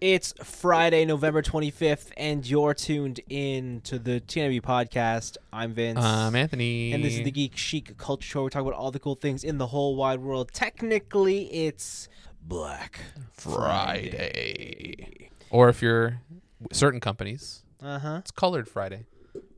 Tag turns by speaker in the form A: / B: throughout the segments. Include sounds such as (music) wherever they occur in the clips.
A: It's Friday, November 25th, and you're tuned in to the TNW podcast. I'm Vince.
B: Um, Anthony.
A: and this is the Geek Chic Culture Show. We talk about all the cool things in the whole wide world. Technically, it's Black
B: Friday. Or if you're certain companies,
A: Uh huh.
B: it's Colored Friday.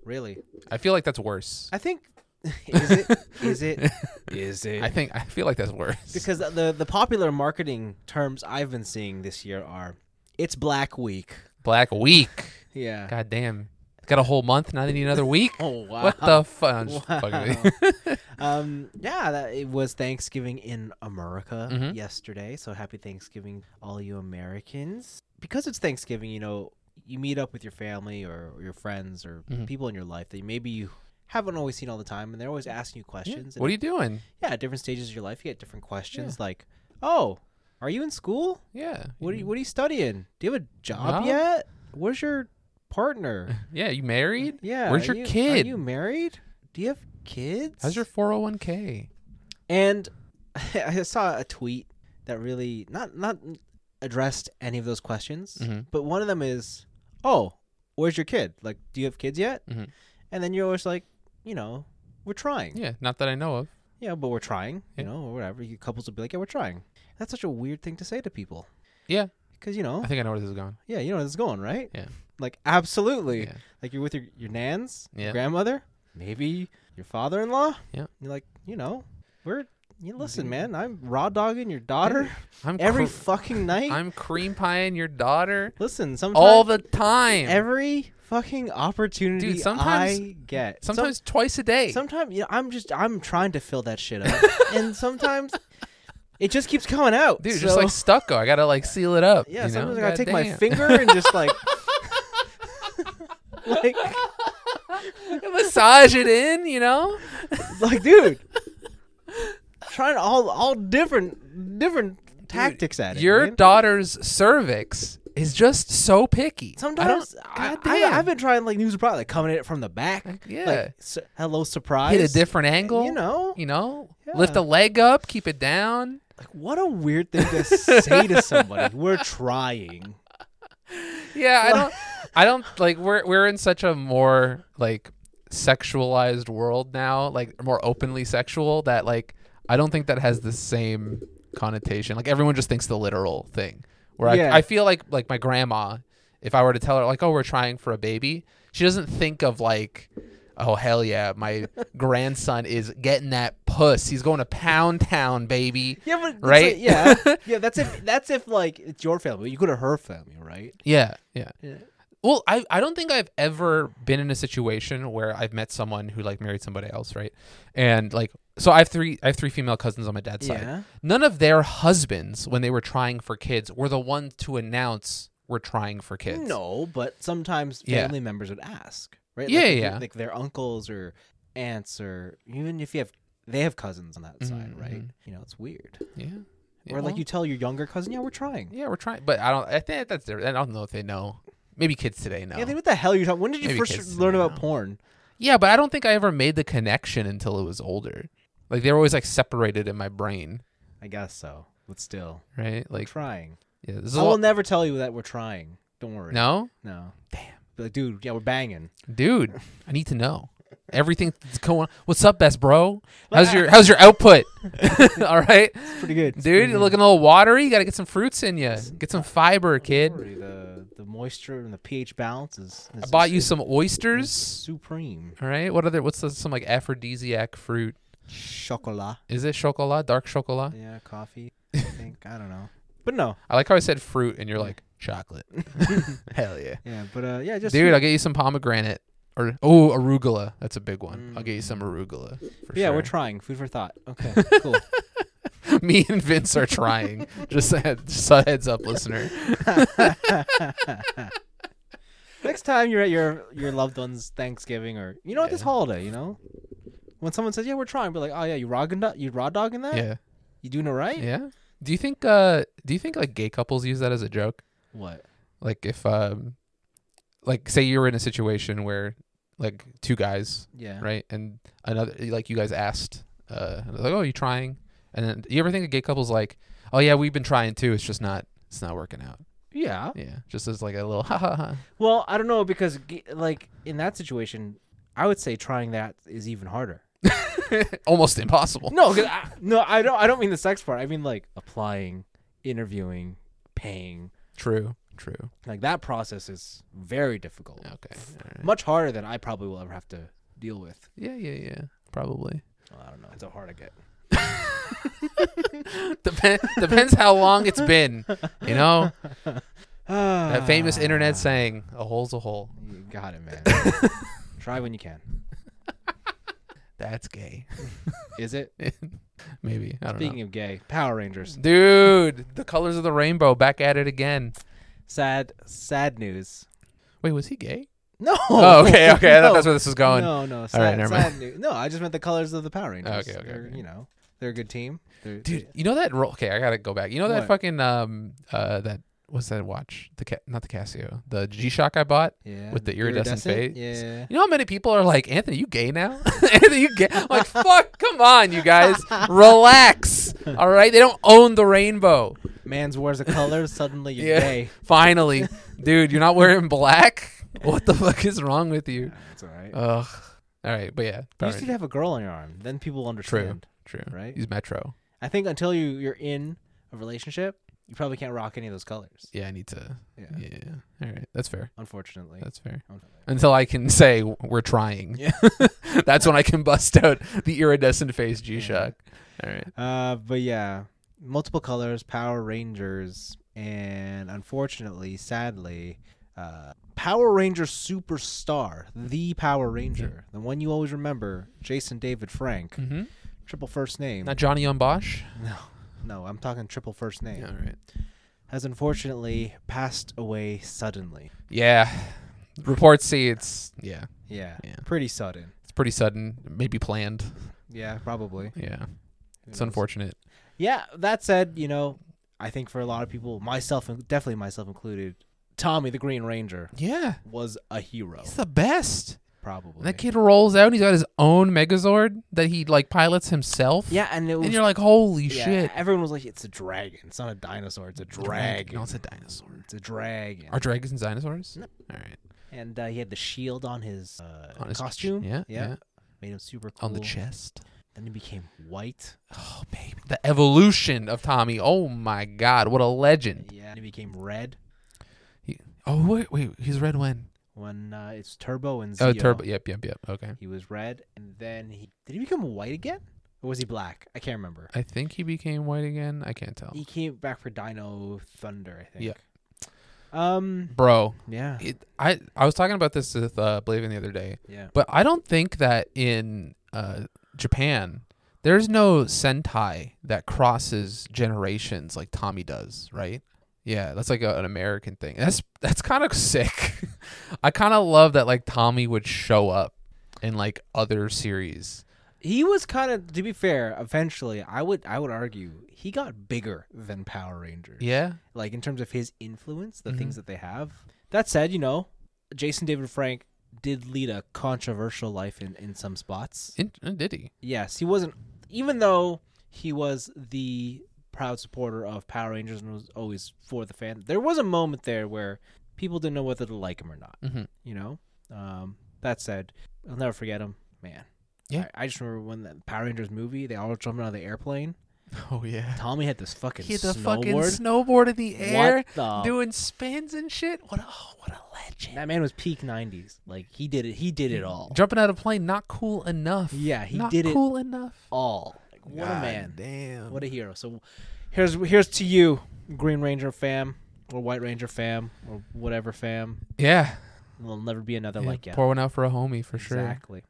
A: Really?
B: I feel like that's worse.
A: I think. (laughs) Is it? (laughs) Is it? Is it?
B: I think I feel like that's worse.
A: because the the popular marketing terms I've been seeing this year are it's Black Week.
B: Black Week.
A: Yeah.
B: God damn. Got a whole month. Now they need another week.
A: Oh wow.
B: What the fuck?
A: (laughs) um, yeah, that, it was Thanksgiving in America
B: Mhm.
A: yesterday. So happy Thanksgiving, all you Americans. Because it's Thanksgiving, you know, you meet up with your family or, or your friends or
B: Mhm.
A: people in your life that maybe you haven't always seen all the time, and they're always asking you questions.
B: What are you doing?
A: yeah, at different stages of your life, you get different questions like, "Oh, are you in school?
B: Yeah.
A: What are you What are you studying? Do you have a job
B: Job?
A: yet? Where's your partner?
B: (laughs) Yeah, you married?
A: Yeah,
B: Where's
A: are
B: your
A: you-
B: kid?
A: Are you married? Do you have kids?
B: How's your 401k?
A: And (laughs) I saw a tweet that really not not addressed any of those questions,
B: Mhm.
A: but one of them is, "Oh, where's your kid? Like, do you have kids yet?"
B: Mhm.
A: And then you're always like, you know, we're trying. Yeah,
B: Yeah, not that I know of.
A: but we're trying.
B: Yeah.
A: You know, or whatever. You couples will be like, "Yeah, we're trying." That's such a weird thing to say to people.
B: Yeah.
A: Because you know,
B: I think I know where this is going.
A: yeah, you know where this is going, right?
B: Yeah.
A: Like absolutely.
B: Yeah.
A: Like you're with your your nans, your
B: Yeah.
A: grandmother, maybe your father-in-law.
B: Yeah. Mm.
A: You're like, you know, we're you listen, man. I'm raw dogging your
B: (laughs)
A: daughter
B: I'm
A: every
B: cr-
A: fucking night.
B: I'm cream pieing your daughter
A: listen, sometimes
B: all the time.
A: every fucking opportunity
B: Dude, sometimes-
A: I get. Some- (laughs)
B: Sometimes twice a day.
A: sometimes you know, I'm just I'm trying to fill that shit
B: (laughs)
A: up, and sometimes it just keeps coming out,
B: Dude,
A: so,
B: just like stucco. I gotta like seal it up.
A: yeah,
B: you know?
A: sometimes I gotta take my
B: Goddamn.
A: finger and just like (laughs) like
B: (laughs) massage it in, you know?
A: like dude trying all all different different tactics at it
B: Your
A: man.
B: daughter's cervix is just so picky. I don't-
A: sometimes I,
B: God
A: I,
B: damn.
A: have been trying like new surprise like coming at it from the back
B: yeah.
A: like su- hello surprise
B: hit a different angle.
A: you know
B: You know?
A: Yeah.
B: Lift a leg up, keep it down.
A: like what a weird thing to say to
B: (laughs)
A: somebody we're trying
B: Yeah, I don't (laughs) I don't like we're we're in such a more like sexualized world now, like more openly sexual that like I don't think that has the same connotation. Like everyone just thinks the literal thing. Where
A: Yeah.
B: I I feel like like my grandma, if I were to tell her like, "Oh, we're trying for a baby," she doesn't think of like Oh hell yeah! My (laughs) grandson is getting that puss. He's going to Pound Town, baby.
A: yeah but it's
B: Right?
A: like-
B: (laughs)
A: yeah yeah that's if that's if like it's your family you go to her family right
B: Yeah, yeah.
A: Yeah.
B: Well, I, I don't think I've ever been in a situation where I've met someone who like married somebody else, right? And like so I have three I have three female cousins on my dad's side.
A: yeah
B: None of their husbands when they were trying for kids were the ones to announce we're trying for kids.
A: no but sometimes
B: Yeah.
A: family members would ask right
B: Yeah,
A: like, if
B: yeah.
A: you- like their uncles or aunts or even if you have they have cousins on that side
B: Mhm,
A: right
B: mhm.
A: you know it's weird
B: Yeah. yeah
A: or like
B: well,
A: you tell your younger cousin yeah we're trying
B: Yeah, we're trying but I don't I think that's different. I don't know if they know. Maybe kids today know.
A: yeah then what the hell are you talking when did you
B: Maybe
A: first
B: kids
A: learn
B: don't
A: about
B: know.
A: porn
B: yeah, but I don't think I ever made the connection until it was older. Like they were always like separated in my brain,
A: i guess so but still
B: right?
A: like
B: Like
A: trying
B: yeah, this is
A: i
B: all-
A: will never tell you that we're trying don't worry
B: No?
A: no
B: Damn.
A: Be like, dude yeah we're banging
B: dude i need to know everything that's going on what's up best bro how's
A: Like,
B: your how's your output (laughs) all right
A: it's pretty good It's
B: dude
A: pretty
B: you're
A: good.
B: looking a little watery you gotta get some fruits in you get some fiber kid
A: Don't worry, the the moisture and the ph balance is,
B: i
A: is
B: bought you
A: is
B: some oysters
A: supreme
B: all right what other what's the, some like aphrodisiac fruit
A: chocolat
B: is it chocolat dark chocolat
A: Yeah, coffee.
B: (laughs)
A: I think I don't know, but no.
B: i like how i said fruit and you're like chocolate hell yeah
A: Yeah, but uh, yeah, just
B: dude i'll get you some pomegranate or oh arugula that's a big one i'll get you
A: Mm.
B: some arugula for
A: yeah, we're
B: sure.
A: trying food for thought.
B: (laughs)
A: Okay, cool.
B: me and vince are trying just a, head- just a heads up listener
A: Next time you're at your your loved one's Thanksgiving or you know what this
B: Yeah.
A: holiday, you know, when someone says yeah we're trying, be like oh yeah you raw you raw dogging that
B: yeah
A: you doing it right
B: Yeah. Do you think uh do you think like gay couples use that as a joke?
A: what
B: Like if um like say you were in a situation where like two guys,
A: yeah
B: right? And another like you guys asked uh and they're like, "Oh, you trying?" And then you ever think a gay couple's like, "Oh yeah, we've been trying too. It's just not it's not working out."
A: Yeah.
B: Yeah, just as like a little (laughs) ha ha ha.
A: Well, I don't know because g- like in that situation, I would say trying that is even harder.
B: Almost impossible.
A: No, 'cause I, no, I don't. I don't mean the sex part. I mean like applying, interviewing, paying.
B: True. True.
A: Like that process is very difficult.
B: Okay. all right.
A: Much harder than I probably will ever have to deal with.
B: Yeah, yeah, yeah. Probably.
A: Well, I don't know. It's a hard to get.
B: Depend- (laughs) depends how long it's been. You know,
A: Ah,
B: (sighs) that famous internet saying, "A hole's a hole."
A: You got it,
B: (laughs)
A: man. Try when you can.
B: That's gay. (laughs)
A: Is it?
B: Maybe I don't
A: Speaking of gay, Power Rangers.
B: know. Dude, the colors of the rainbow back at it again.
A: Sad, sad
B: (laughs)
A: news.
B: Wait, was he gay?
A: No.
B: Oh, okay, okay. I
A: (laughs) No.
B: thought that's where this was going.
A: No, no. Sad,
B: never
A: sad news. No, I just meant the colors of the Power Rangers.
B: okay,
A: They're,
B: okay.
A: You know, they're a good team. They're,
B: Dude, you know that ro- okay, I gotta go back. You know that
A: What?
B: fucking um uh that what's that watch? The ca- not the Casio, the G Shock I bought.
A: yeah,
B: with the iridescent face.
A: Yeah.
B: You know how many people are like, Anthony, you gay now? (laughs) Anthony, you gay? I'm like, fuck, come on,
A: (laughs)
B: you guys, relax. All right, they don't own the rainbow.
A: Man's wears a color. Suddenly you're
B: (laughs) Yeah.
A: gay.
B: Finally, (laughs) dude, you're not wearing black. What the fuck is wrong with (laughs) you?
A: That's all right.
B: Ugh. All right, but yeah,
A: you
B: Uh, Power
A: just need
B: Rangers.
A: to have a girl on your arm. Then people will understand.
B: true.
A: right?
B: He's Metro.
A: I think until you you're in a relationship, you probably can't rock any of those colors.
B: Yeah, I need to.
A: Yeah.
B: Yeah. All right, that's fair.
A: Unfortunately.
B: That's fair.
A: Unfortunately.
B: Until I can say we're trying.
A: Yeah.
B: (laughs) that's when I can bust out the iridescent face G Shock. All right.
A: Uh, but yeah, multiple colors, Power Rangers, and unfortunately, sadly, uh, Power Ranger superstar, the Power Ranger, the one you always remember, Jason David Frank,
B: Mm-hmm.
A: triple first name.
B: Not Johnny on Bosch.
A: (laughs) no, no, I'm talking triple first name.
B: All right.
A: Has unfortunately passed away suddenly.
B: Yeah. Reports say it's yeah,
A: Yeah,
B: Yeah.
A: pretty sudden.
B: it's pretty sudden, maybe planned.
A: Yeah, probably.
B: Yeah. It's
A: Who knows?
B: unfortunate.
A: Yeah, that said, you know, I think for a lot of people, myself, in- definitely myself included, Tommy the Green Ranger
B: Yeah.
A: was a hero.
B: He's the best.
A: Probably.
B: That kid rolls out and he's got his own Megazord that he like pilots himself.
A: yeah, and it was.
B: And you're like, holy
A: yeah,
B: shit.
A: Everyone was like, "It's a dragon. It's not a dinosaur. It's a dragon.
B: No, it's a dinosaur.
A: It's a dragon."
B: Are dragons and dinosaurs?
A: No.
B: All right.
A: And uh, he had the shield on his, uh,
B: On his ch-
A: costume.
B: yeah, yeah.
A: Made him super cool.
B: On the chest.
A: Then he became white.
B: Oh baby. The evolution of Tommy. Oh my god, what a legend.
A: Yeah. And he became red
B: Oh wait, wait, he's red when?
A: when uh, it's Turbo and Zeo.
B: Oh turbo yep, yep, yep. Okay.
A: He was red, and then he did he become white again, or was he black? I can't remember.
B: I think he became white again. I can't tell.
A: He came back for Dino Thunder, I think.
B: Oh. Yeah.
A: Um.
B: Bro,
A: Yeah.
B: it, I I was talking about this with uh, Blavin the other day,
A: Yeah.
B: but I don't think that in uh, Japan there's no Sentai that crosses generations like Tommy does, right? Yeah, that's like a, an American thing. That's that's kind of (laughs) sick. I kind of love that like Tommy would show up in like other series.
A: He was kind of, to be fair, eventually, I would, I would argue he got bigger than Power Rangers.
B: Yeah,
A: Like in terms of his influence, the
B: Mhm.
A: things that they have. That said, you know, Jason David Frank did lead a controversial life in in some spots.
B: in, uh, did he?
A: Yes, he wasn't. Even though he was the proud supporter of Power Rangers and was always for the fan, there was a moment there where people didn't know whether to like him or not.
B: Mm-hmm.
A: You know. Um, that said, I'll never forget him, man.
B: Yeah.
A: I, I just remember when the Power Rangers movie, they all were jumping out of the airplane.
B: Oh yeah,
A: Tommy had this fucking
B: he had the
A: snowboard.
B: fucking snowboard in the air,
A: What the?
B: doing spins and shit. What a oh, what a legend.
A: That man was peak '90s. Like he did it. He did it all.
B: Jumping out of a plane, not cool enough.
A: Yeah, he
B: not
A: did it
B: cool enough.
A: all. Like, what a
B: God
A: man.
B: Damn.
A: What a hero. So here's here's to you, Green Ranger fam, or White Ranger fam, or whatever fam.
B: yeah.
A: There'll never be another like you.
B: Pour one out for a homie for sure.
A: Exactly.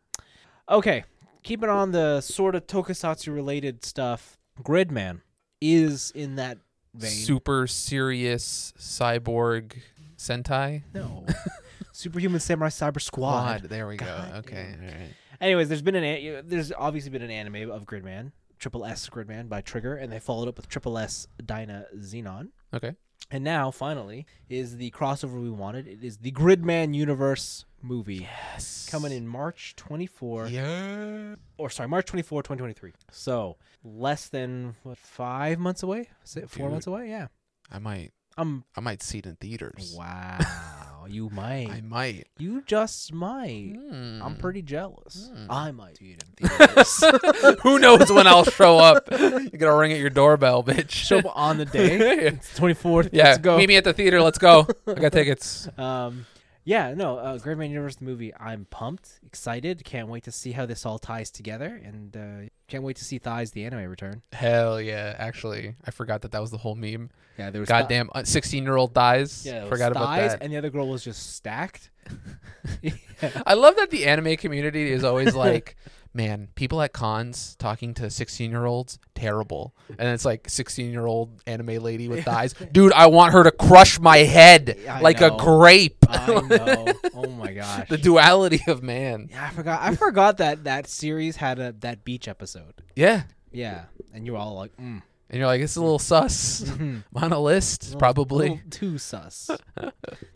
A: Okay, keeping on the sort of tokusatsu related stuff. Gridman is in that vein.
B: Super serious cyborg Sentai
A: no. (laughs) Superhuman Samurai Cyber Squad.
B: There we
A: God
B: go. Okay.
A: damn.
B: All right.
A: Anyways, there's been an a- there's obviously been an anime of Gridman, Triple S Gridman by Trigger, and they followed up with Triple S Dyna Xenon.
B: Okay.
A: And now, finally, is the crossover we wanted. It is the Gridman Universe movie
B: Yes.
A: coming in March 24,
B: Yeah.
A: or sorry, March 24, 2023. So less than what five months away? Is it four
B: Dude.
A: months away? Yeah.
B: I might.
A: I'm
B: I might see it in theaters.
A: wow. (laughs) you might.
B: I might.
A: you just might. I'm
B: (laughs) Hmm.
A: pretty jealous.
B: Mm.
A: I might see it
B: (laughs)
A: in theaters.
B: Who knows when I'll show up? (laughs) You're gonna ring at your doorbell, bitch.
A: Show up
B: (laughs)
A: on the day. It's 24th.
B: yeah,
A: Let's go.
B: meet me at the theater.
A: (laughs)
B: Let's go. I got tickets.
A: Um, yeah, no, uh, Great Man Universe the movie. I'm pumped, excited, can't wait to see how this all ties together, and uh, can't wait to see Thighs the anime return.
B: Hell yeah! Actually, I forgot that that was the whole meme.
A: Yeah, there was Thi-
B: Goddamn, uh, sixteen-year-old dies.
A: yeah, there was
B: forgot about
A: Thighs,
B: that.
A: and the other girl was just
B: (laughs)
A: stacked. (laughs) yeah.
B: I love that the anime community is (laughs) always like, man, people at cons talking to 16 year olds, terrible. And it's like 16 year old anime lady with (laughs) thighs. Dude, I want her to crush my head
A: Yeah, I
B: like
A: know.
B: a grape.
A: I know. Oh my gosh.
B: the duality of man.
A: yeah, I forgot. I forgot that that series had a that beach episode.
B: Yeah.
A: Yeah, and you were all like, mm,
B: And you're like, it's a little sus.
A: mhm.
B: I'm (laughs) on a list,
A: Little-
B: probably.
A: little too
B: (laughs)
A: sus.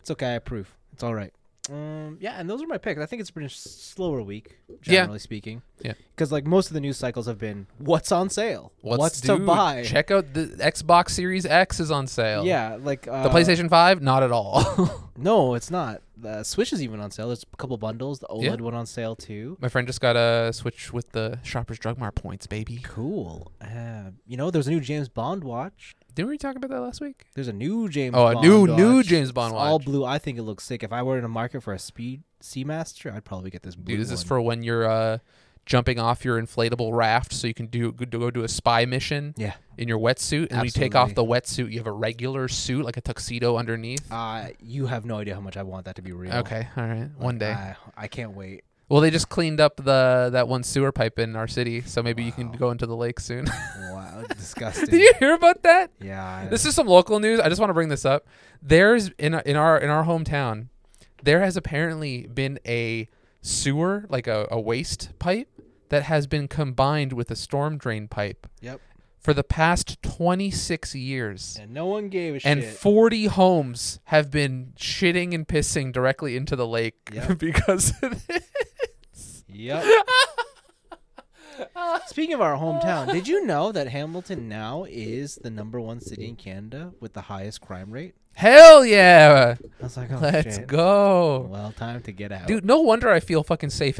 A: it's okay. I approve. It's all right. Um, yeah, and those are my picks. I think it's been a s- slower week,
B: Yeah.
A: generally speaking.
B: Yeah.
A: Because like most of the news cycles have been, what's on sale?
B: What's,
A: to
B: dude,
A: buy?
B: Check out the Xbox Series X is on sale.
A: Yeah, like uh,
B: The PlayStation 5? Not at all. (laughs)
A: No, it's not. The Switch is even on sale. There's a couple bundles. The OLED
B: Yeah.
A: one on sale too.
B: My friend just got a Switch with the Shoppers Drug Mart points, baby.
A: Cool. Uh, you know, there's a new James Bond watch.
B: Didn't we talk about that last week?
A: There's a new James.
B: Oh, a
A: Bond
B: new new
A: watch.
B: James Bond
A: It's
B: watch.
A: all blue. I think it looks sick. If I were in a market for a Speed Seamaster, I'd probably get this blue
B: Dude, is this
A: one.
B: for when you're uh, jumping off your inflatable raft so you can do go, go do a spy mission
A: yeah.
B: in your wetsuit? And when you take off
A: Absolutely.
B: the wetsuit, you have a regular suit like a tuxedo underneath.
A: Uh, you have no idea how much I want that to be real.
B: Okay, all right, one day.
A: I, I can't wait.
B: well, they just cleaned up the that one sewer pipe in our city, so maybe you can
A: Wow.
B: go into the lake soon. (laughs)
A: Wow, (laughs) disgusting.
B: Did you hear about that?
A: Yeah. I-
B: This is some local news. I just want to bring this up. There's in in our in our hometown, there has apparently been a sewer like a, a waste pipe that has been combined with a storm drain pipe
A: yep.
B: for the past 26 years.
A: And no one gave a
B: And
A: shit.
B: 40 homes have been shitting and pissing directly into the lake
A: Yep.
B: (laughs) because of this. (laughs)
A: yep. Speaking of our hometown, did you know
B: (laughs)
A: that Hamilton now is the number one city in Canada with the highest crime rate?
B: Hell yeah.
A: I was like, oh,
B: Let's
A: shit.
B: go.
A: Well, time to get out.
B: Dude, (laughs) no wonder I feel fucking safe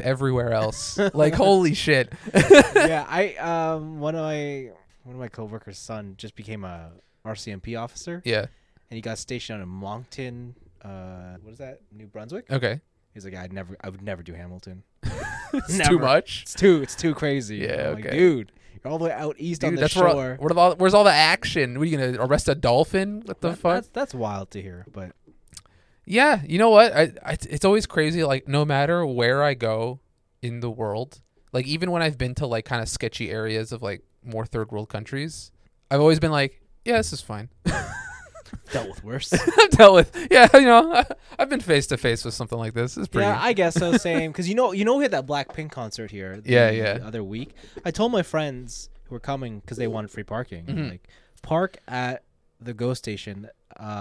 A: (laughs)
B: everywhere else. like holy shit. (laughs)
A: yeah, I um one of my one of my coworkers' son just became a RCMP officer,
B: yeah.
A: and he got stationed out in Moncton. Uh, what is that? New Brunswick.
B: Okay.
A: He's like, I'd never, I would never do Hamilton.
B: (laughs)
A: (laughs)
B: It's
A: Never.
B: too much.
A: It's too, it's too crazy.
B: Yeah,
A: I'm like,
B: okay.
A: dude, you're all the way out east on
B: Dude,
A: the
B: that's where, all-
A: shore.
B: where all, where's all the action? What are you gonna arrest a dolphin? What the
A: That-
B: fuck?
A: That's, that's wild to hear, but
B: Yeah, you know what? I, I it's always crazy. Like no matter where I go in the world, like even when I've been to like kind of sketchy areas of like more third world countries, I've always been like, yeah, this is fine. (laughs)
A: dealt with worse.
B: I've dealt with. Yeah, (laughs) you know, I've been face to face with something like this. It's pretty.
A: yeah, I guess so. Same, because you know, you know, we had that Blackpink concert here. the
B: Yeah, yeah.
A: Other week, I told my friends who were coming because they wanted free parking.
B: Mhm.
A: Like, park at the GO station.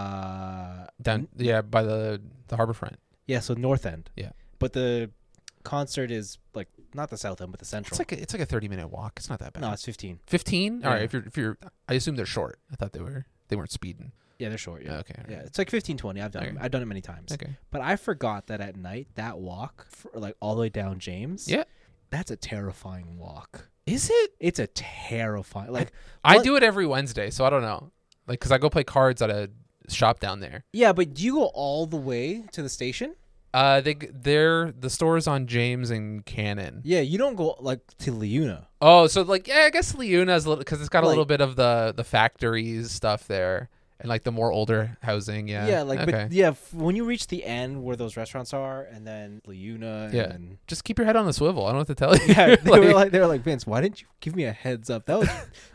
A: Uh,
B: down. Yeah, by the the harbor front.
A: yeah, so North End.
B: Yeah.
A: but the concert is like not the South End, but the Central.
B: It's like a, it's like a thirty minute walk. It's not that bad.
A: no, it's fifteen.
B: Fifteen. All right.
A: Yeah.
B: If you're if you're, I assume they're short. I thought they were they weren't speeding.
A: Yeah, they're short. Yeah.
B: Okay. all
A: Yeah,
B: right.
A: it's like 15, 20. I've done
B: Okay.
A: it. I've done it many times.
B: Okay.
A: But I forgot that at night, that walk, for, like all the way down James.
B: Yeah.
A: That's a terrifying walk.
B: Is it?
A: It's a terrifying. Like,
B: I
A: What-
B: do it every Wednesday, so I don't know. Like, cause I go play cards at a shop down there.
A: yeah, but do you go all the way to the station?
B: Uh, they g- they're the stores on James and Cannon.
A: Yeah, you don't go like to Leuna.
B: Oh, so like yeah, I guess Leuna's a little because it's got a little
A: Like-
B: bit of the the factories stuff there and like the more older housing. Yeah.
A: Yeah, like,
B: okay.
A: but yeah, f- when you reach the end where those restaurants are, and then Leuna.
B: Yeah.
A: And,
B: Just keep your head on the swivel. I don't know what to tell you.
A: (laughs) yeah,
B: (laughs)
A: they were
B: Like,
A: like, they were like, Vince, why didn't you give me a heads up?
B: (laughs)
A: That was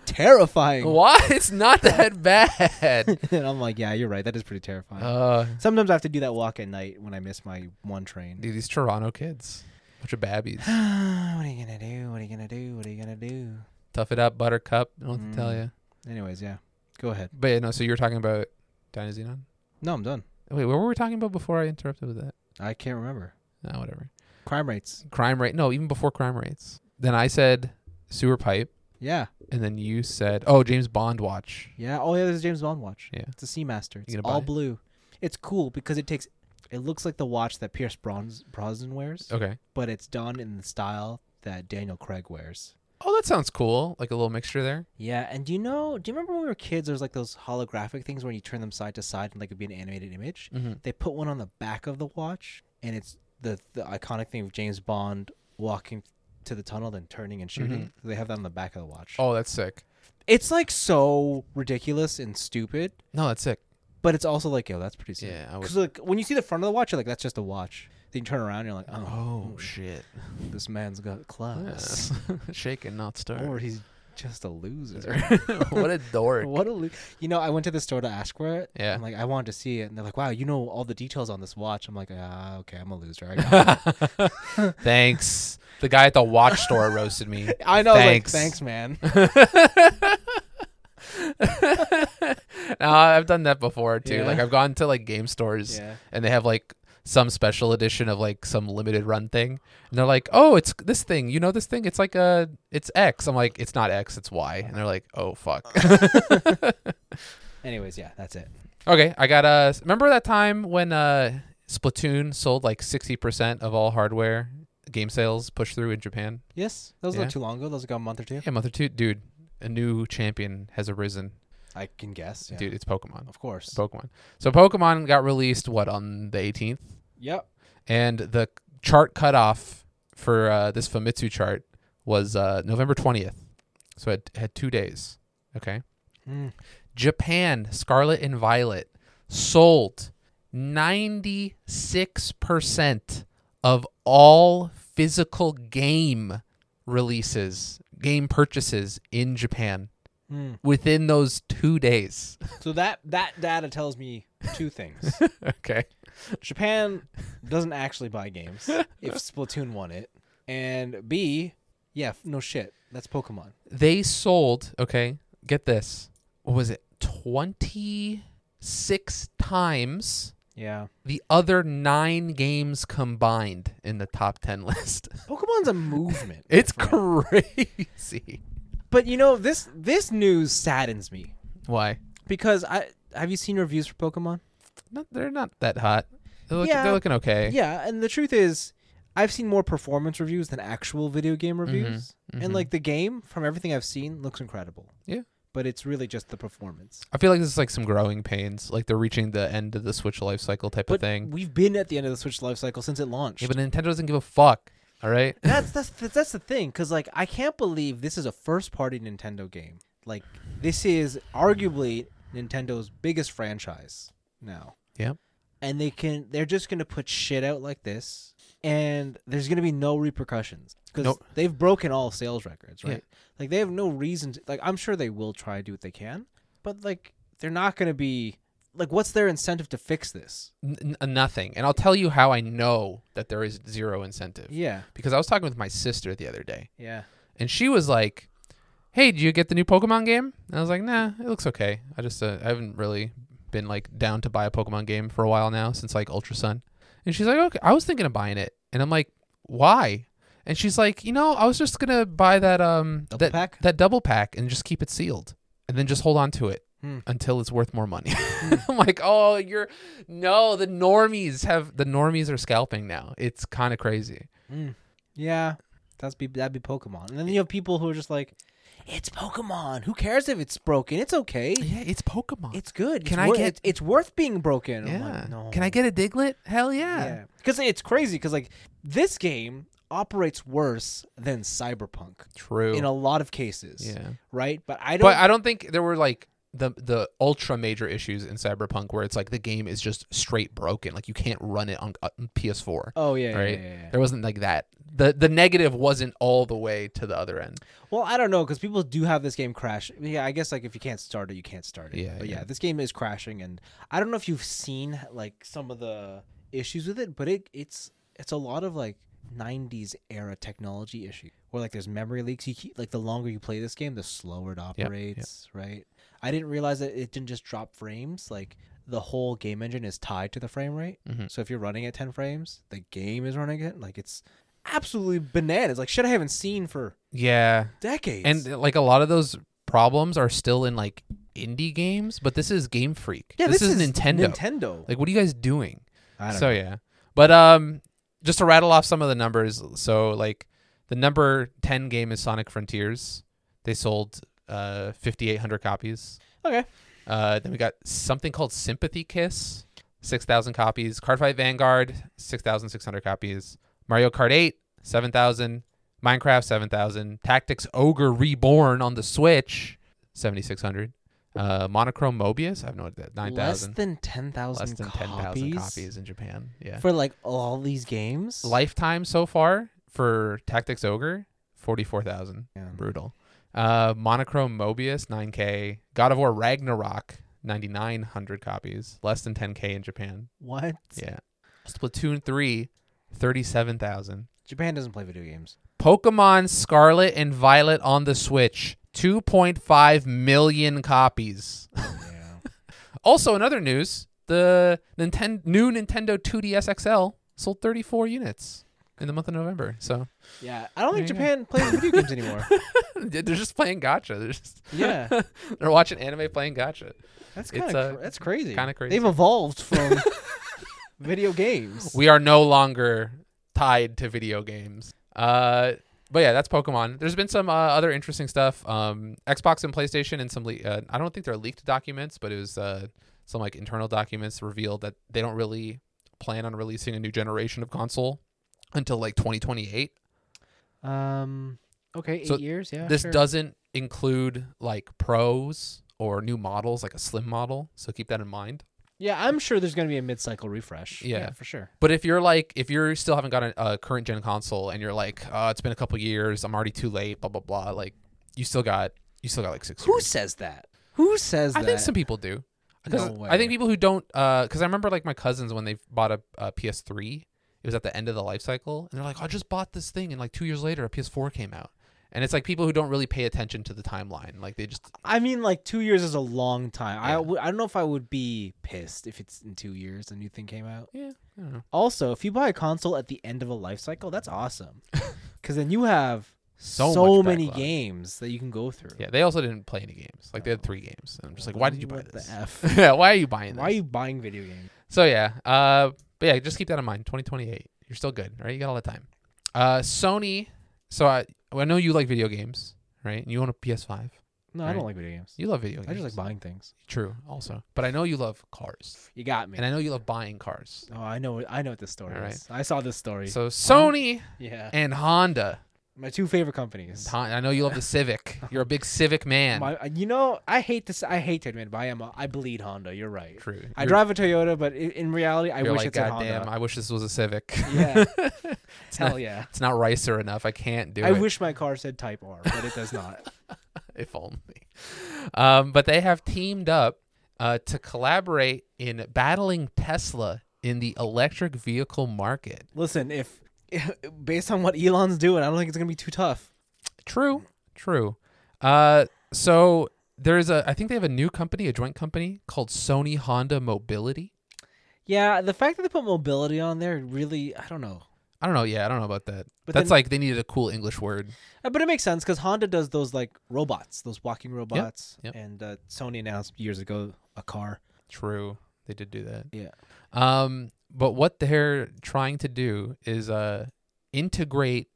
A: terrifying.
B: why? It's not that bad.
A: (laughs)
B: (laughs)
A: and I'm like, yeah, you're right. That is pretty terrifying.
B: uh,
A: Sometimes I have to do that walk at night when I miss my one train.
B: dude, these Toronto kids, bunch of babbies.
A: (sighs) what are you gonna do? What are you gonna do? What are you gonna do?
B: Tough it up, Buttercup. I don't know what to tell
A: Mm.
B: you.
A: Anyways, yeah. Go ahead.
B: But yeah, no. So you were talking about Dinah Xenon?
A: No, I'm done.
B: Wait, what were we talking about before I interrupted with that?
A: I can't remember.
B: No, whatever.
A: Crime rates.
B: Crime rate. No, even before crime rates. Then I said sewer pipe.
A: Yeah.
B: and then you said, "Oh, James Bond watch."
A: Yeah. Oh yeah, there's a James Bond watch.
B: Yeah.
A: It's a Seamaster. It's
B: gonna buy
A: all
B: it?
A: blue. It's cool because it takes it looks like the watch that Pierce Bronze, Brosnan wears,
B: Okay.
A: but it's done in the style that Daniel Craig wears.
B: Oh, that sounds cool. Like a little mixture there.
A: Yeah, and do you know do you remember when we were kids there was like those holographic things where you turn them side to side and like it'd be an animated image?
B: Mm-hmm.
A: They put one on the back of the watch and it's the the iconic thing of James Bond walking to the tunnel then turning and shooting.
B: Mm-hmm.
A: They have that on the back of the watch.
B: Oh, that's sick.
A: It's like so ridiculous and stupid,
B: No, that's sick.
A: but it's also like, yo, that's pretty sick.
B: Yeah. I would... (laughs)
A: Because like when you see the front of the watch, you're like, that's just a watch. Then you turn around, you're like, oh,
B: Oh shit.
A: this man's got class,
B: Yes. (laughs) Shake and not stir.
A: (laughs)
B: (laughs)
A: or he's just a loser.
B: what a
A: (laughs)
B: dork.
A: what a lo- you know. I went to the store to ask for it.
B: Yeah.
A: I'm like, I wanted to see it, and they're like, wow, you know all the details on this watch. I'm like, ah, okay, I'm a
B: (laughs)
A: loser. I, got it."
B: Thanks. The guy at the watch store roasted (laughs) me.
A: I know.
B: Thanks.
A: Thanks. Like, Thanks, (laughs) man.
B: No, I've done that before too.
A: Yeah.
B: Like I've gone to like game stores
A: Yeah.
B: and they have like some special edition of like some limited run thing, and they're like, "Oh, it's this thing. You know this thing? It's like a, it's X." I'm like, "It's not X. It's Y." And they're like, "Oh fuck."
A: Anyways, yeah, that's it.
B: okay, I got a. Remember that time when uh Splatoon sold like sixty percent of all hardware game sales pushed through in Japan?
A: Yes, that was
B: Yeah.
A: not too long ago. That was like a month or two.
B: Yeah, month or two, dude. A new champion has arisen,
A: I can guess. yeah.
B: dude. It's Pokemon.
A: Of course.
B: Pokemon. So Pokemon got released what on the 18th,
A: yep.
B: and the chart cutoff for uh, this Famitsu chart was uh, November 20th. So it had two days. Okay.
A: Mm.
B: Japan Scarlet and Violet sold 96% of all physical game releases, game purchases in Japan
A: Mm.
B: within those two days. (laughs)
A: So that that data tells me two (laughs) things.
B: okay.
A: Japan doesn't actually buy games. If Splatoon won it, and B, yeah, f- no shit, that's Pokemon.
B: they sold okay get this what was it 26 times
A: Yeah,
B: the other nine games combined in the top 10 (laughs) list
A: Pokemon's a (laughs) movement.
B: it's
A: my friend.
B: crazy
A: but you know this this news saddens me
B: why
A: because I have you seen reviews for Pokemon?
B: no, they're not that hot they're, look,
A: Yeah.
B: they're looking okay
A: Yeah, and the truth is, I've seen more performance reviews than actual video game reviews,
B: mhm.
A: and like the game from everything I've seen looks incredible.
B: Yeah.
A: but it's really just the performance.
B: i feel like this is like some growing pains like they're reaching the end of the switch life cycle type of
A: But
B: thing
A: we've been at the end of the Switch life cycle since it launched.
B: yeah but nintendo doesn't give a fuck all right
A: that's that's th- that's the thing because like i can't believe this is a first party nintendo game like this is arguably nintendo's biggest franchise now
B: Yep.
A: and they can they're just gonna put shit out like this and there's gonna be no repercussions because
B: Nope.
A: they've broken all sales records
B: Yeah.
A: right like they have no reason to like i'm sure they will try to do what they can but like they're not gonna be like what's their incentive to fix this
B: N- n- nothing and i'll tell you how i know that there is zero incentive
A: yeah
B: because i was talking with my sister the other day
A: yeah
B: and she was like, "Hey, did you get the new Pokemon game?" And I was like, "Nah, it looks okay. I just uh, I haven't really been like down to buy a Pokemon game for a while now since like Ultra Sun." And she's like, "Okay, I was thinking of buying it," and I'm like, "Why?" And she's like, "You know, I was just gonna buy that um
A: Double
B: that
A: pack?
B: that double pack and just keep it sealed and then just hold on to it."
A: Hmm.
B: Until it's worth more money, (laughs) I'm like, oh, you're no. The normies have the normies are scalping now. It's kind of crazy.
A: Mm. Yeah, that's be that'd be Pokemon. And then you have people who are just like, "It's Pokemon. Who cares if it's broken? It's okay.
B: Yeah, it's Pokemon.
A: It's good.
B: Can
A: it's
B: I
A: wor-
B: get-
A: It's, it's worth being broken." I'm
B: Yeah.
A: like, no.
B: Can I get a Diglett? Hell yeah.
A: Yeah. Because it's crazy. Because like this game operates worse than Cyberpunk
B: True.
A: in a lot of cases.
B: yeah.
A: Right. But I don't.
B: But I don't think there were like the the ultra major issues in Cyberpunk where it's like the game is just straight broken. Like you can't run it on, uh, PS4.
A: oh yeah. yeah,
B: right.
A: Yeah. yeah, yeah.
B: There wasn't like that. The the negative wasn't all the way to the other end.
A: Well, I don't know because people do have this game crash. Yeah, I guess like if you can't start it, you can't start it.
B: Yeah,
A: but
B: yeah.
A: yeah, this game is crashing, and I don't know if you've seen like some of the issues with it, but it it's it's a lot of like '90s era technology issue where like there's memory leaks. You keep, like the longer you play this game, the slower it
B: yeah.
A: operates, right? I didn't realize that it didn't just drop frames. Like the whole game engine is tied to the frame rate,
B: Mhm.
A: so if you're running at 10 frames, the game is running it. Like it's absolutely bananas. Like shit I haven't seen for
B: Yeah.
A: decades.
B: And uh, like a lot of those problems are still in like indie games, but this is Game Freak.
A: yeah,
B: this, is, Nintendo.
A: Nintendo.
B: Like what are you guys doing?
A: I don't
B: so
A: know.
B: yeah. But um just to rattle off some of the numbers, so like the number 10 game is Sonic Frontiers. They sold uh 5800 copies.
A: Okay.
B: Uh then we got something called Sympathy Kiss, 6000 copies. Cardfight Vanguard, 6600 copies. Mario Kart 8, 7000. Minecraft 7000. Tactics Ogre Reborn on the Switch, 7600. Uh Monochrome Mobius, I have no idea,
A: Less
B: 9000
A: than ten
B: less
A: thousand
B: than
A: copies,
B: 10,000 copies in Japan. Yeah.
A: for like all these games.
B: Lifetime so far for Tactics Ogre, 44,000.
A: Yeah.
B: Brutal. Uh, Monochrome Mobius, 9K. God of War Ragnarok, 9,900 copies. Less than 10K in Japan.
A: what?
B: Yeah. Splatoon 3, 37,000.
A: Japan doesn't play video games.
B: (laughs) Pokemon Scarlet and Violet on the Switch, 2.5 million copies.
A: Yeah.
B: Also, in other news, the Nintendo new Nintendo 2DS XL sold 34 units in the month of November. So (laughs)
A: yeah. I don't think
B: There you
A: Japan plays video games anymore.
B: (laughs) they're just playing gotcha. They're just
A: Yeah.
B: they're watching anime playing gotcha.
A: That's
B: It's,
A: kind
B: uh,
A: of cra- that's crazy.
B: kinda crazy.
A: They've evolved
B: (laughs)
A: from video games.
B: We are no longer tied to video games. Uh, but yeah, that's Pokemon. There's been some uh, other interesting stuff. Um, Xbox and PlayStation and some le- uh, I don't think they're leaked documents, but it was uh, some like internal documents revealed that they don't really plan on releasing a new generation of console until like 2028.
A: um. Okay. Eight
B: So
A: years. Yeah.
B: this
A: sure.
B: doesn't include like pros or new models like a slim model so keep that in mind
A: Yeah, I'm sure there's going to be a mid-cycle refresh.
B: Yeah.
A: for sure.
B: but if you're like if you still haven't got a, a current gen console and you're like uh, it's been a couple years i'm already too late blah blah blah like you still got you still got like six
A: Who
B: years
A: says that? Who says
B: i
A: that?
B: think some people do 'Cause
A: No
B: i think
A: way.
B: people who don't because i remember like my cousins when they bought a, a ps3 it was at the end of the life cycle and they're like i just bought this thing and like two years later a ps4 came out and it's like people who don't really pay attention to the timeline like they just
A: I mean, like two years is a long time. I
B: Yeah.
A: w- I don't know if I would be pissed if it's in two years a new thing came out.
B: yeah i don't know
A: Also, if you buy a console at the end of a life cycle, that's
B: (laughs)
A: awesome, because then you have so,
B: So much
A: many
B: backlog.
A: games that you can go through.
B: Yeah, they also didn't play any games. Like they
A: Oh.
B: had three games, and I'm just like, why did you buy
A: What the
B: this?
A: f?
B: (laughs) yeah, why are you buying this?
A: Why are you buying video games?
B: So yeah, uh, but yeah, just keep that in mind. 2028, you're still good, right? You got all the time. Uh, Sony. So I, well, I know you like video games, right? You own a PS5.
A: No, I
B: Right.
A: don't like video games.
B: You love video games.
A: I just like buying things.
B: True, also, but I know you love cars,
A: You got me.
B: and I know you love buying cars.
A: oh, I know. I know what this story
B: All right.
A: is. I saw this story.
B: So Sony
A: yeah,
B: and Honda.
A: my two favorite companies.
B: Hon- I know you
A: (laughs)
B: love the Civic. You're a big Civic man.
A: My, you know, I hate this. I hate to admit, it, but I am. A, I bleed Honda. You're right.
B: True.
A: I
B: You're-
A: drive a Toyota, but i- in reality, I
B: You're
A: wish
B: like,
A: it said
B: God damn,
A: Honda.
B: I wish this was a Civic.
A: (laughs) Yeah,
B: It's not-
A: hell yeah.
B: (laughs) It's not ricer enough. I can't do
A: I
B: it.
A: wish my car said Type R, but it does not.
B: (laughs) if only. Um, but they have teamed up uh, to collaborate in battling Tesla in the electric vehicle market.
A: Listen, if (laughs) based on what Elon's doing, I don't think it's gonna be too tough.
B: True. True. Uh, so there's a, I think they have a new company, a joint company called Sony Honda Mobility.
A: Yeah, the fact that they put mobility on there really, I don't know.
B: I don't know. Yeah, I don't know about that.
A: But
B: That's
A: then-
B: like they needed a cool English word.
A: Uh, But it makes sense because Honda does those like robots, those walking robots,
B: yep.
A: and uh, Sony announced years ago a car.
B: True. They did do that.
A: Yeah.
B: Um, but what they're trying to do is uh integrate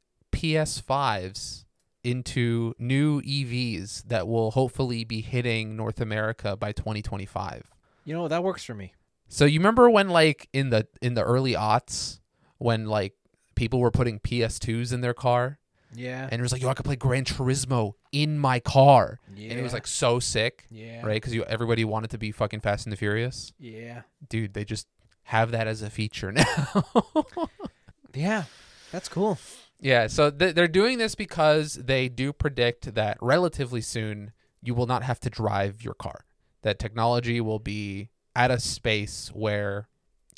B: PS5s into new EVs that will hopefully be hitting North America by 2025.
A: You know that works for me.
B: So you remember when like in the in the early aughts when like people were putting PS2s in their car
A: Yeah.
B: and it was like yo I could play Gran Turismo in my car
A: yeah.
B: and it was like so sick,
A: yeah,
B: right? Cuz you everybody wanted to be fucking Fast and the Furious
A: yeah,
B: dude, they just have that as a feature (laughs) now.
A: yeah. That's cool.
B: yeah, so th- they're doing this because they do predict that relatively soon you will not have to drive your car. That technology will be at a space where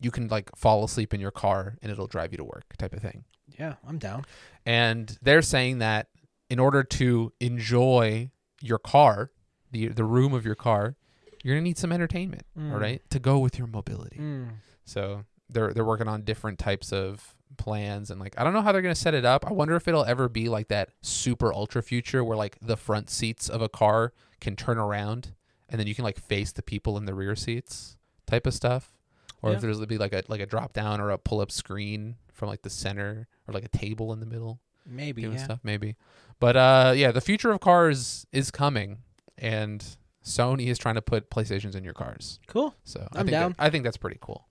B: you can like fall asleep in your car and it'll drive you to work type of thing.
A: Yeah, I'm down.
B: And they're saying that in order to enjoy your car, the the room of your car, you're going to need some entertainment, all
A: Mm.
B: right? To go with your mobility.
A: Mm.
B: So they're they're working on different types of plans and like I don't know how they're gonna set it up. I wonder if it'll ever be like that super ultra future where like the front seats of a car can turn around and then you can like face the people in the rear seats type of stuff. Or
A: Yeah.
B: if there's gonna be like a like a drop down or a pull up screen from like the center or like a table in the middle
A: Maybe.
B: doing
A: yeah.
B: stuff maybe. But uh yeah, the future of cars is coming and Sony is trying to put PlayStations in your cars.
A: Cool.
B: So I
A: I'm
B: think
A: down.
B: that- I think that's pretty cool.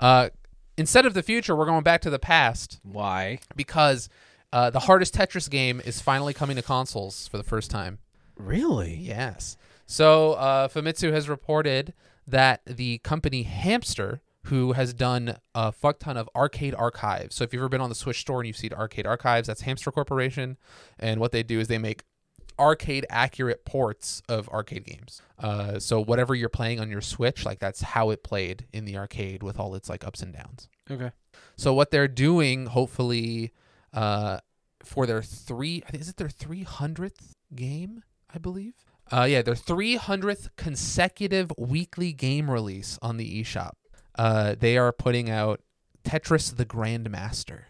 B: Uh, instead of the future, we're going back to the past
A: Why?
B: because uh, the hardest Tetris game is finally coming to consoles for the first time.
A: Really?
B: Yes. So uh, Famitsu has reported that the company Hamster, who has done a fuck ton of arcade archives. So if you've ever been on the Switch store and you've seen arcade archives, that's Hamster Corporation, and what they do is they make arcade accurate ports of arcade games. Uh, so whatever you're playing on your Switch, like that's how it played in the arcade with all its like ups and downs.
A: Okay.
B: So what they're doing, hopefully, uh, for their three, I think is it their three hundredth game, I believe. Uh, yeah, their three hundredth consecutive weekly game release on the eShop. Uh, they are putting out Tetris the Grandmaster.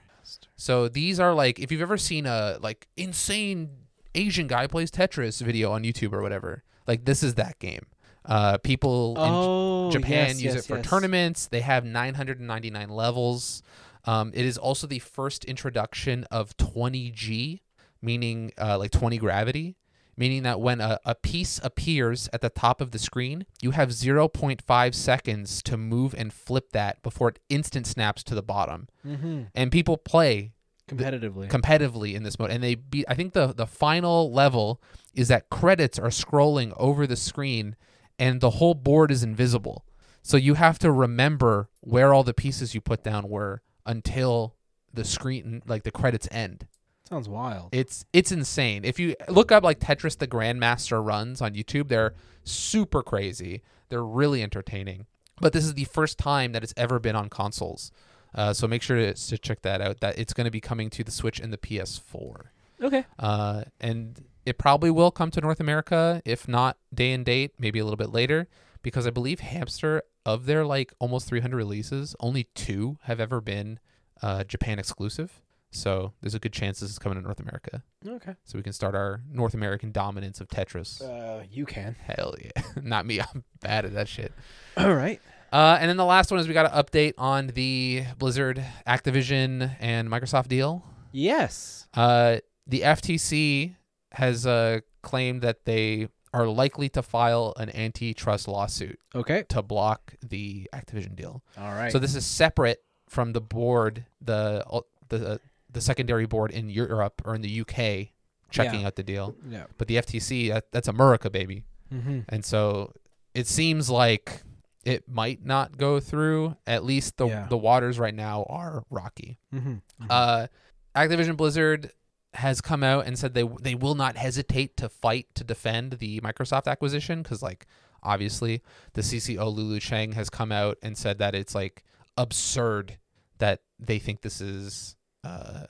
B: So these are like if you've ever seen a like insane Asian guy plays Tetris video on YouTube or whatever. Like this is that game. Uh, people in
A: Oh,
B: Japan
A: yes,
B: use
A: yes,
B: it for
A: yes.
B: tournaments. They have 999 levels. Um, it is also the first introduction of 20G, meaning uh, like 20 gravity, meaning that when a, a piece appears at the top of the screen, you have 0.5 seconds to move and flip that before it instant snaps to the bottom.
A: Mm-hmm.
B: And people play
A: Competitively.
B: competitively in this mode and they beat i think the the final level is that credits are scrolling over the screen and the whole board is invisible so you have to remember where all the pieces you put down were until the screen like the credits end
A: Sounds wild.
B: it's it's insane if you look up like tetris the grandmaster runs on youtube they're super crazy they're really entertaining but this is the first time that it's ever been on consoles uh, so make sure to, to check that out that it's going to be coming to the switch and the ps4
A: okay.
B: uh, and it probably will come to North America, if not day and date, maybe a little bit later, because I believe Hamster of their like almost 300 releases, only two have ever been uh, Japan exclusive. So there's a good chance this is coming to North America,
A: Okay.
B: so we can start our North American dominance of Tetris.
A: Uh, you can. (clears throat)
B: Hell yeah, (laughs) not me. I'm bad at that shit.
A: All right.
B: Uh, and then the last one is we got an update on the Blizzard, Activision, and Microsoft deal.
A: Yes.
B: Uh, the FTC has uh, claimed that they are likely to file an antitrust lawsuit
A: Okay.
B: to block the Activision deal.
A: All right.
B: So this is separate from the board, the uh, the the secondary board in Europe or in the UK checking
A: Yeah.
B: out the deal.
A: yeah.
B: But the FTC, that, that's America, baby.
A: Mm-hmm.
B: And so it seems like it might not go through. At least the
A: Yeah.
B: the waters right now are rocky.
A: Mm-hmm.
B: Uh, Activision Blizzard has come out and said they they will not hesitate to fight to defend the Microsoft acquisition because like obviously the CCO Lulu Chang has come out and said that it's like absurd that they think this is uh,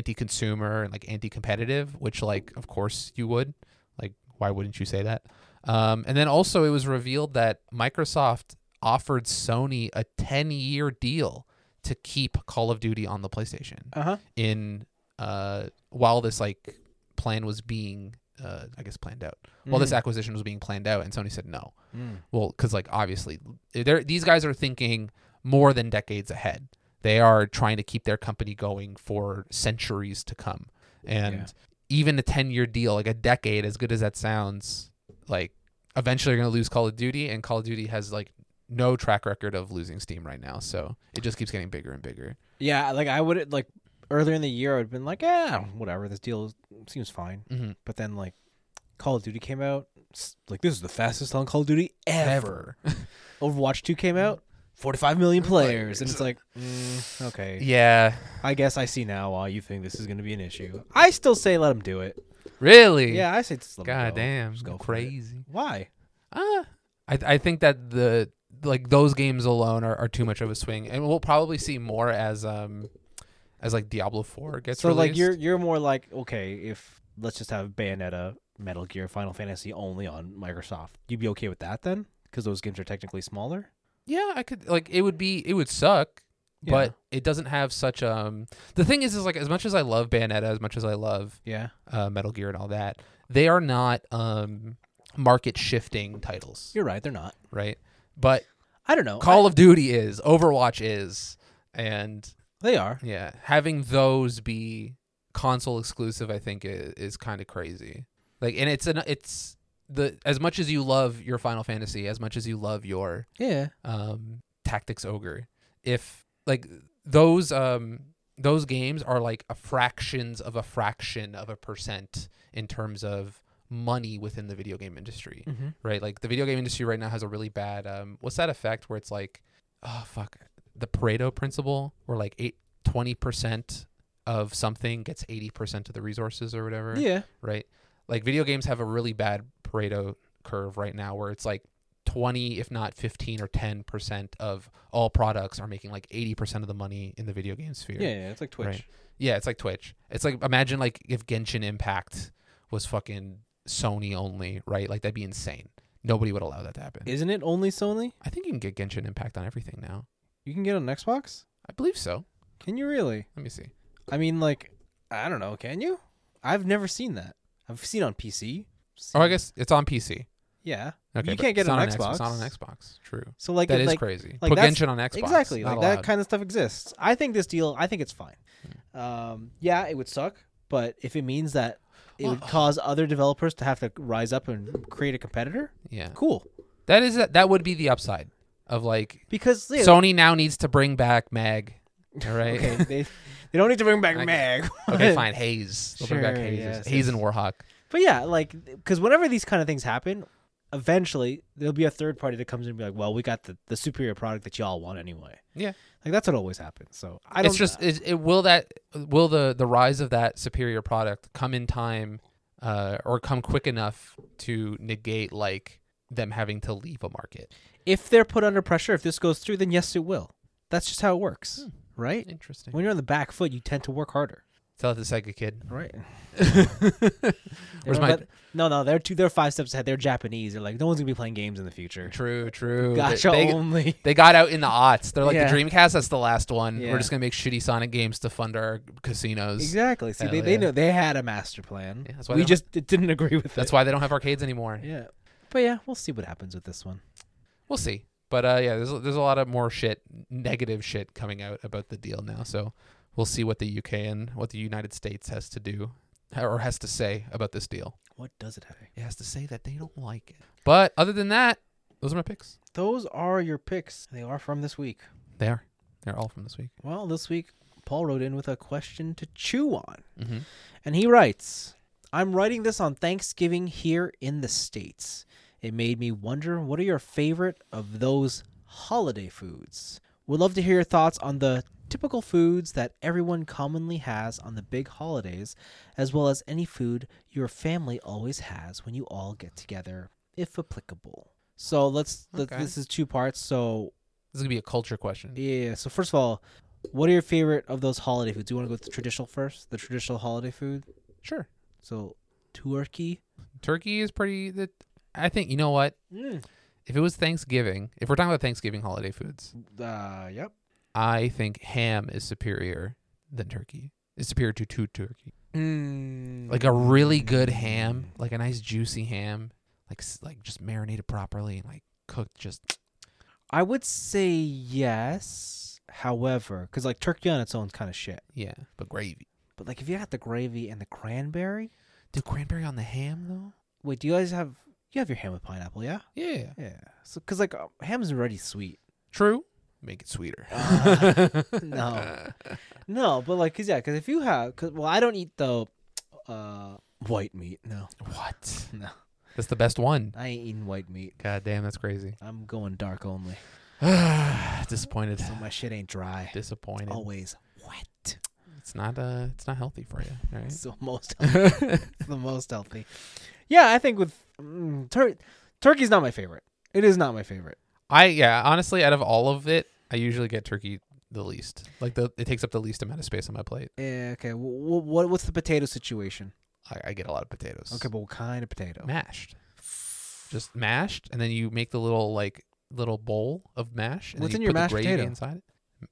B: anti-consumer and like anti-competitive, which like of course you would like why wouldn't you say that? Um, and then also it was revealed that Microsoft offered Sony a 10-year deal to keep Call of Duty on the PlayStation
A: Uh huh.
B: in uh while this like plan was being uh I guess planned out. While
A: Mm.
B: this acquisition was being planned out and Sony said no.
A: Mm-hmm.
B: Well, cuz like obviously they these guys are thinking more than decades ahead. They are trying to keep their company going for centuries to come. And
A: Yeah.
B: even a 10-year deal, like a decade as good as that sounds, like eventually you're going to lose Call of Duty and Call of Duty has like no track record of losing steam right now. So it just keeps getting bigger and bigger.
A: Yeah. Like I would like earlier in the year, I'd been like, yeah, whatever. This deal seems fine.
B: Mhm.
A: But then like, Call of Duty came out. s- Like this is the fastest on Call of Duty ever. Overwatch 2 came
B: Mm.
A: out, 45 million players. And it's like, mm, okay.
B: Yeah.
A: I guess I see now why you think this is going to be an issue. I still say let them do it.
B: Really?
A: Yeah, I say just let 'em
B: God
A: go.
B: damn.
A: Just go for it.
B: crazy.
A: Why?
B: Ah. I I think that the like those games alone are, are too much of a swing, and we'll probably see more as um as like Diablo Four gets
A: so like
B: released.
A: you're you're more like okay, if let's just have Bayonetta, Metal Gear, Final Fantasy only on Microsoft, you'd be okay with that then? Because those games are technically smaller.
B: yeah, I could like it would be it would suck, but it doesn't have such um the thing is is like as much as I love Bayonetta, as much as I love
A: yeah,
B: uh, Metal Gear and all that, they are not um market shifting titles,
A: you're right. They're not.
B: right? But
A: I don't know.
B: Call of Duty is, Overwatch is, and
A: I- they are.
B: yeah, having those be console exclusive, I think is, is kind of crazy. Like, and it's an it's the as much as you love your Final Fantasy, as much as you love your
A: Yeah.
B: um, Tactics Ogre. If like those um, those games are like a fractions of a fraction of a percent in terms of money within the video game industry,
A: Mm-hmm.
B: right? Like the video game industry right now has a really bad um, what's that effect where it's like, oh fuck, the Pareto principle, where like eight twenty percent of something gets eighty percent of the resources or whatever
A: Yeah.
B: right? Like video games have a really bad Pareto curve right now where it's like 20 if not 15 or 10% of all products are making like 80% of the money in the video game sphere.
A: Yeah. yeah, It's like Twitch.
B: Right. Yeah, it's like Twitch. It's like imagine like if Genshin Impact was fucking Sony only, right? Like that'd be insane. Nobody would allow that to happen.
A: Isn't it only Sony?
B: I think you can get Genshin Impact on everything now.
A: You can get it on Xbox.
B: I believe so.
A: Can you really?
B: Let me see.
A: I mean, like, I don't know. Can you? I've never seen that. I've seen on PC.
B: Oh, I
A: seen-
B: guess it's on PC.
A: Yeah.
B: Okay,
A: You
B: but
A: can't get
B: it's
A: it on
B: not
A: Xbox.
B: It's not on Xbox. True.
A: So like
B: that
A: it-
B: is
A: like,
B: crazy.
A: like
B: Put
A: that's-
B: Genshin on Xbox.
A: Exactly.
B: Not
A: Like
B: allowed.
A: that kind of stuff exists. I think this deal. I think it's fine.
B: Hmm.
A: Um, yeah, it would suck, but if it means that it would
B: Well-
A: cause other developers to have to rise up and create a competitor,
B: Yeah.
A: cool.
B: That is that would be the upside of like
A: Because yeah,
B: Sony now needs to bring back Mag. All
A: (laughs)
B: right.
A: okay,
B: (laughs) okay.
A: they they don't need to bring back
B: I-
A: Mag. (laughs)
B: fine. Hayes. They'll bring back
A: Sure,
B: Hayes.
A: yes,
B: Hayes and
A: yes.
B: Warhawk.
A: But yeah, like because whenever these kind of things happen, eventually there'll be a third party that comes in and be like, "Well, we got the, the superior product that y'all want anyway."
B: Yeah.
A: like that's what always happens. So I don't.
B: It's just it, it will that will the the rise of that superior product come in time uh, or come quick enough to negate like them having to leave a market.
A: if they're put under pressure, if this goes through, then yes, it will. That's just how it works, right?
B: Interesting.
A: When you're on the back foot, you tend to work harder,
B: Tell it to Sega Kid.
A: (laughs) right?
B: Where's my
A: No, no, they're two. They're five steps ahead. They're Japanese. They're like, no one's gonna be playing games in the future.
B: true, true. They-
A: Gotcha
B: they-
A: only.
B: (laughs) They got out in the aughts. They're like
A: Yeah.
B: the Dreamcast. That's the last one.
A: Yeah.
B: We're just gonna make shitty Sonic games to fund our casinos.
A: Exactly. See,
B: Hell
A: they, they
B: yeah.
A: know they had a master plan.
B: Yeah, that's why
A: we
B: they're-
A: just d- didn't agree with
B: That's
A: it.
B: why they don't have arcades anymore.
A: Yeah, but yeah, we'll see what happens with this one.
B: We'll see. But uh, yeah, there's there's a lot of more shit, negative shit coming out about the deal now. So we'll see what the UK and what the United States has to do or has to say about this deal.
A: What does it have?
B: It has to say that they don't like it. But other than that, those are my picks.
A: Those are your picks. They are from this week.
B: They are. They're all from this week.
A: Well, this week Paul wrote in with a question to chew on.
B: Mm-hmm.
A: And he writes, I'm writing this on Thanksgiving here in the States. It made me wonder what are your favorite of those holiday foods? Would love to hear your thoughts on the typical foods that everyone commonly has on the big holidays, as well as any food your family always has when you all get together, if applicable. So let's, let-
B: Okay.
A: this is two parts. So,
B: This is gonna be a culture question.
A: yeah, so first of all, what are your favorite of those holiday foods? Do you want to go with the traditional first? The traditional holiday food?
B: Sure.
A: So Turkey.
B: Turkey is pretty. The, I think you know what. If it was Thanksgiving, if we're talking about Thanksgiving holiday foods,
A: Uh, yep.
B: I think ham is superior than turkey. It's superior to, to turkey. Like a really good ham, like a nice juicy ham, like s- like just marinated properly and like cooked just
A: I would say yes. However, because like turkey on its own kind of shit.
B: yeah, but gravy.
A: But like if you got the gravy and the cranberry,
B: Dude, cranberry on the ham though?
A: wait, do you guys have you have your ham with pineapple? Yeah.
B: Yeah.
A: Yeah. So because like uh, ham's already sweet.
B: True. Make it (laughs) sweeter. Uh-huh.
A: no. No, but like cause yeah, because if you have, cause well, I don't eat the uh white meat. No,
B: (laughs) What?
A: no,
B: That's the best one.
A: I ain't eating white meat.
B: God damn, that's crazy.
A: I'm going dark only.
B: (sighs) Disappointed.
A: So my shit ain't dry.
B: Disappointed.
A: Always wet.
B: It's not uh it's not healthy for you, all right?
A: It's the
B: (laughs)
A: most healthy. It's the most healthy. Yeah, I think with mm, tur- turkey's not my favorite. It is not my favorite.
B: I yeah, honestly, out of all of it, I usually get turkey the least. Like the it takes up the least amount of space on my plate.
A: Yeah, Eh, okay. What what what's the potato situation?
B: I, I get a lot of potatoes.
A: Okay, but what kind of potato?
B: mashed, just mashed, and then you make the little like little bowl of mash. And then
A: What's
B: you
A: in your
B: put the
A: mashed
B: gravy
A: potato?
B: inside?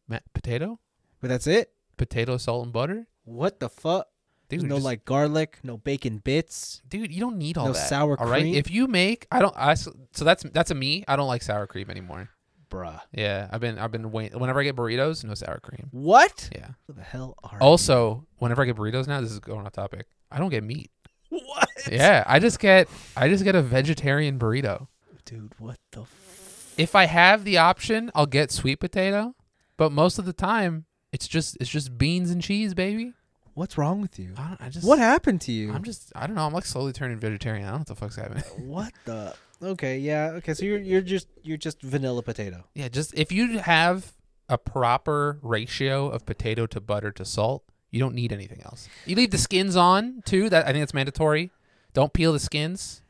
B: Ma- potato,
A: But that's it.
B: potato, salt and butter.
A: What the fuck?
B: Dude,
A: no
B: just-
A: like garlic, no bacon bits.
B: dude, you don't need all
A: no
B: that.
A: sour
B: All right,
A: cream?
B: if you make, I don't. I s- so that's that's a me. I don't like sour cream anymore.
A: Bruh.
B: Yeah, I've been I've been waiting. Whenever I get burritos, no sour cream.
A: What?
B: Yeah.
A: Who the hell are
B: Also, whenever I get burritos now, this is going off topic. I don't get meat. (laughs)
A: What?
B: Yeah, I just get I just get a vegetarian burrito.
A: Dude, what the f-
B: If I have the option, I'll get sweet potato, but most of the time, it's just it's just beans and cheese, baby.
A: What's wrong with you?
B: I, don't, I just
A: What happened to you?
B: I'm just I don't know. I'm like slowly turning vegetarian. I don't know what the fuck's happening. (laughs)
A: What the Okay, yeah. Okay, so you're you're just you're just vanilla potato.
B: yeah, just if you have a proper ratio of potato to butter to salt, you don't need anything else. You leave the skins on too. That I think that's mandatory. Don't peel the skins.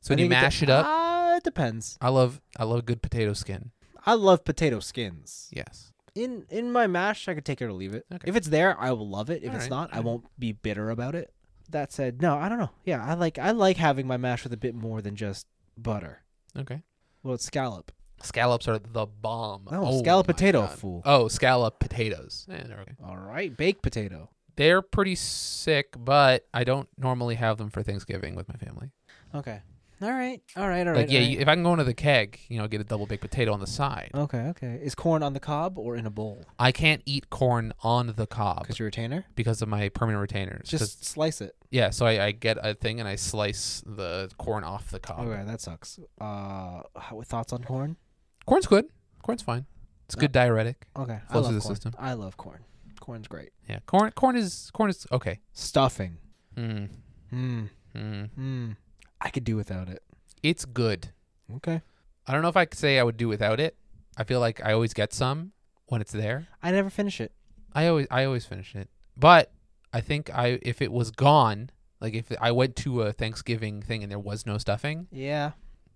B: So when
A: I
B: you
A: think de-
B: mash it up,
A: Ah, it depends.
B: I love I love good potato skin.
A: I love potato skins.
B: Yes.
A: In in my mash, I could take it or leave it.
B: Okay.
A: If it's there, I will love it. If
B: All
A: it's
B: right,
A: not, I
B: all right.
A: won't be bitter about it. That said, no, I don't know. Yeah, I like I like having my mash with a bit more than just butter.
B: Okay.
A: Well, it's scallop.
B: Scallops are the bomb.
A: Oh,
B: Oh
A: scallop
B: my
A: potato,
B: God.
A: fool.
B: Oh, scallop potatoes. Eh, they're okay.
A: All right, baked potato.
B: They're pretty sick, but I don't normally have them for Thanksgiving with my family.
A: Okay. All right. All right. All right.
B: like, yeah,
A: all right. Oh.
B: you, if I can go into the keg, you know, get a double baked potato on the side.
A: Okay. Okay. Is corn on the cob or in a bowl?
B: I can't eat corn on the cob
A: Because you're a tanner.
B: because of my permanent retainers. Uh, 'Cause-
A: Just slice it.
B: yeah, so I, I get a thing and I slice the corn off the cob.
A: Okay, that sucks. Uh, how, thoughts on corn?
B: Corn's good. Corn's fine. It's good diuretic.
A: Okay, I
B: Flows
A: love
B: through the
A: corn.
B: system.
A: I love corn. Corn's great.
B: Yeah, corn corn is corn is okay.
A: Stuffing.
B: Mm,
A: Hmm.
B: mm.
A: Hmm. I could do without it.
B: It's good.
A: Okay.
B: I don't know if I could say I would do without it. I feel like I always get some when it's there.
A: I never finish it.
B: I always I always finish it. But I think I if it was gone, like if I went to a Thanksgiving thing and there was no stuffing,
A: Yeah.